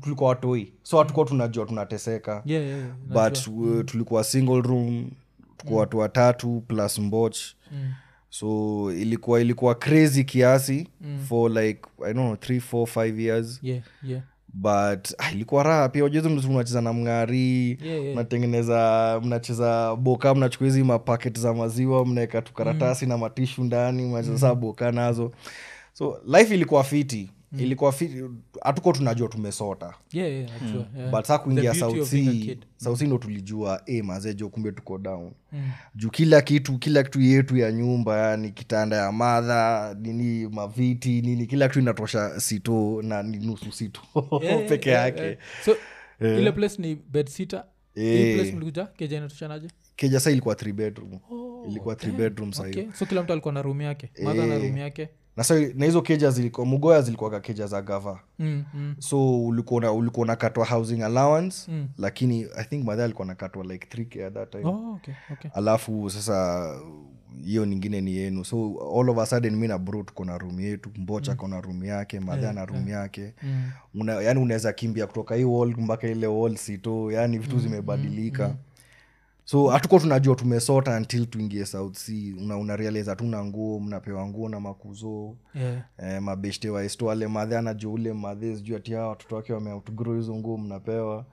[SPEAKER 3] tulikuwa watoi so hatukuwa tunajua tunateseka
[SPEAKER 1] Yeah, yeah, yeah.
[SPEAKER 3] but uh, tulikuwa single room tukuwa watu watatu plus mboch mm. so ilikuwa ilikuwa crazy kiasi mm. for like i don't know 3 4 5 years
[SPEAKER 1] Yeah, yeah.
[SPEAKER 3] but ah, ilikuwa raha pia ujezi mnacheza na mng'ari
[SPEAKER 1] Yeah, yeah.
[SPEAKER 3] mnatengeneza mnacheza boka mnachukua hizi mapaket za maziwa mnaweka tukaratasi mm. na matishu ndani mnacheza saa boka nazo so life ilikuwa fiti mm. ilikuwa fiti hatuko tunajua tumesota
[SPEAKER 1] Yeah, yeah, najua, yeah.
[SPEAKER 3] but saa kuingia
[SPEAKER 1] Eh, The beauty
[SPEAKER 3] South
[SPEAKER 1] of being a
[SPEAKER 3] Sea-
[SPEAKER 1] kid.
[SPEAKER 3] South Sea ndo tulijua e mazejo kumbe tuko down
[SPEAKER 1] Hmm.
[SPEAKER 3] mm. juu kila kitu kila kitu yetu ya nyumba yani kitanda ya madha nini maviti nini kila kitu inatosha sito na ni nusu sito
[SPEAKER 1] Yeah,
[SPEAKER 3] peke
[SPEAKER 1] yeah,
[SPEAKER 3] yake
[SPEAKER 1] yeah. So, ile place ni bedsita
[SPEAKER 3] Yeah.
[SPEAKER 1] place mlikuja keja inatoshanaje
[SPEAKER 3] keja saa ilikuwa three bedroom ilikuwa three bedroom saa hiyo
[SPEAKER 1] Oh, okay. so kila mtu alikuwa na room yake madha na room yake
[SPEAKER 3] na saa na hizo keja zilikuwa mugoya zilikuwaga keja za gava
[SPEAKER 1] mm, mm.
[SPEAKER 3] so ulikuwa na- ulikuwa unakatwa housing allowance
[SPEAKER 1] Hmm.
[SPEAKER 3] mm. lakini i think madha alikuwa nakatwa like 3k at that time
[SPEAKER 1] Oh, okay, okay.
[SPEAKER 3] alafu sasa hiyo ningine ni yenu so all of a sudden mi na bro tuko na room yetu mbocha mm. kona room yake madha na room yake mm. Una, yani unaweza kimbia kutoka hii wall mpaka ile wall sito yani vitu zimebadilika so hatuko tunajua tumesota until tuingie south sea una, una realize hatuna nguo mnapewa nguo na makuzo
[SPEAKER 1] Yeah.
[SPEAKER 3] eh, mabeshte waisto wale madhe anajua ule madhe sijuu ati hawa watoto wake wameoutgrow hizo nguo mnapewa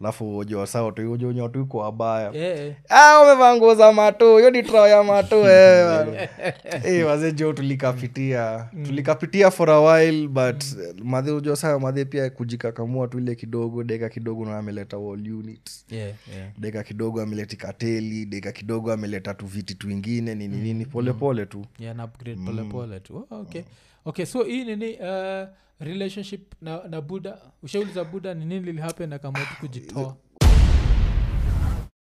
[SPEAKER 3] alafu mm. ojo wasaa ojonya watu iko wabaya
[SPEAKER 1] Yeah, yeah.
[SPEAKER 3] Ah, umevaa nguo za matu hiyo ni trao ya matu eh, bana. Eh, wazee jo tulikapitia tulikapitia for a while but eh, madhe ujua saa madhe pia kujikakamua tu ile kidogo deka kidogo na ameleta wall unit
[SPEAKER 1] Yeah, yeah.
[SPEAKER 3] deka kidogo ameleta katikateli dakika kidogo ameleta tu viti tuingine nini nini polepole tu
[SPEAKER 1] yeah, na upgrade polepole tu oh, okay okay so hii nini uh, relationship na, na buda ushauliza buda ni nini lilihapen akamatu kujitoa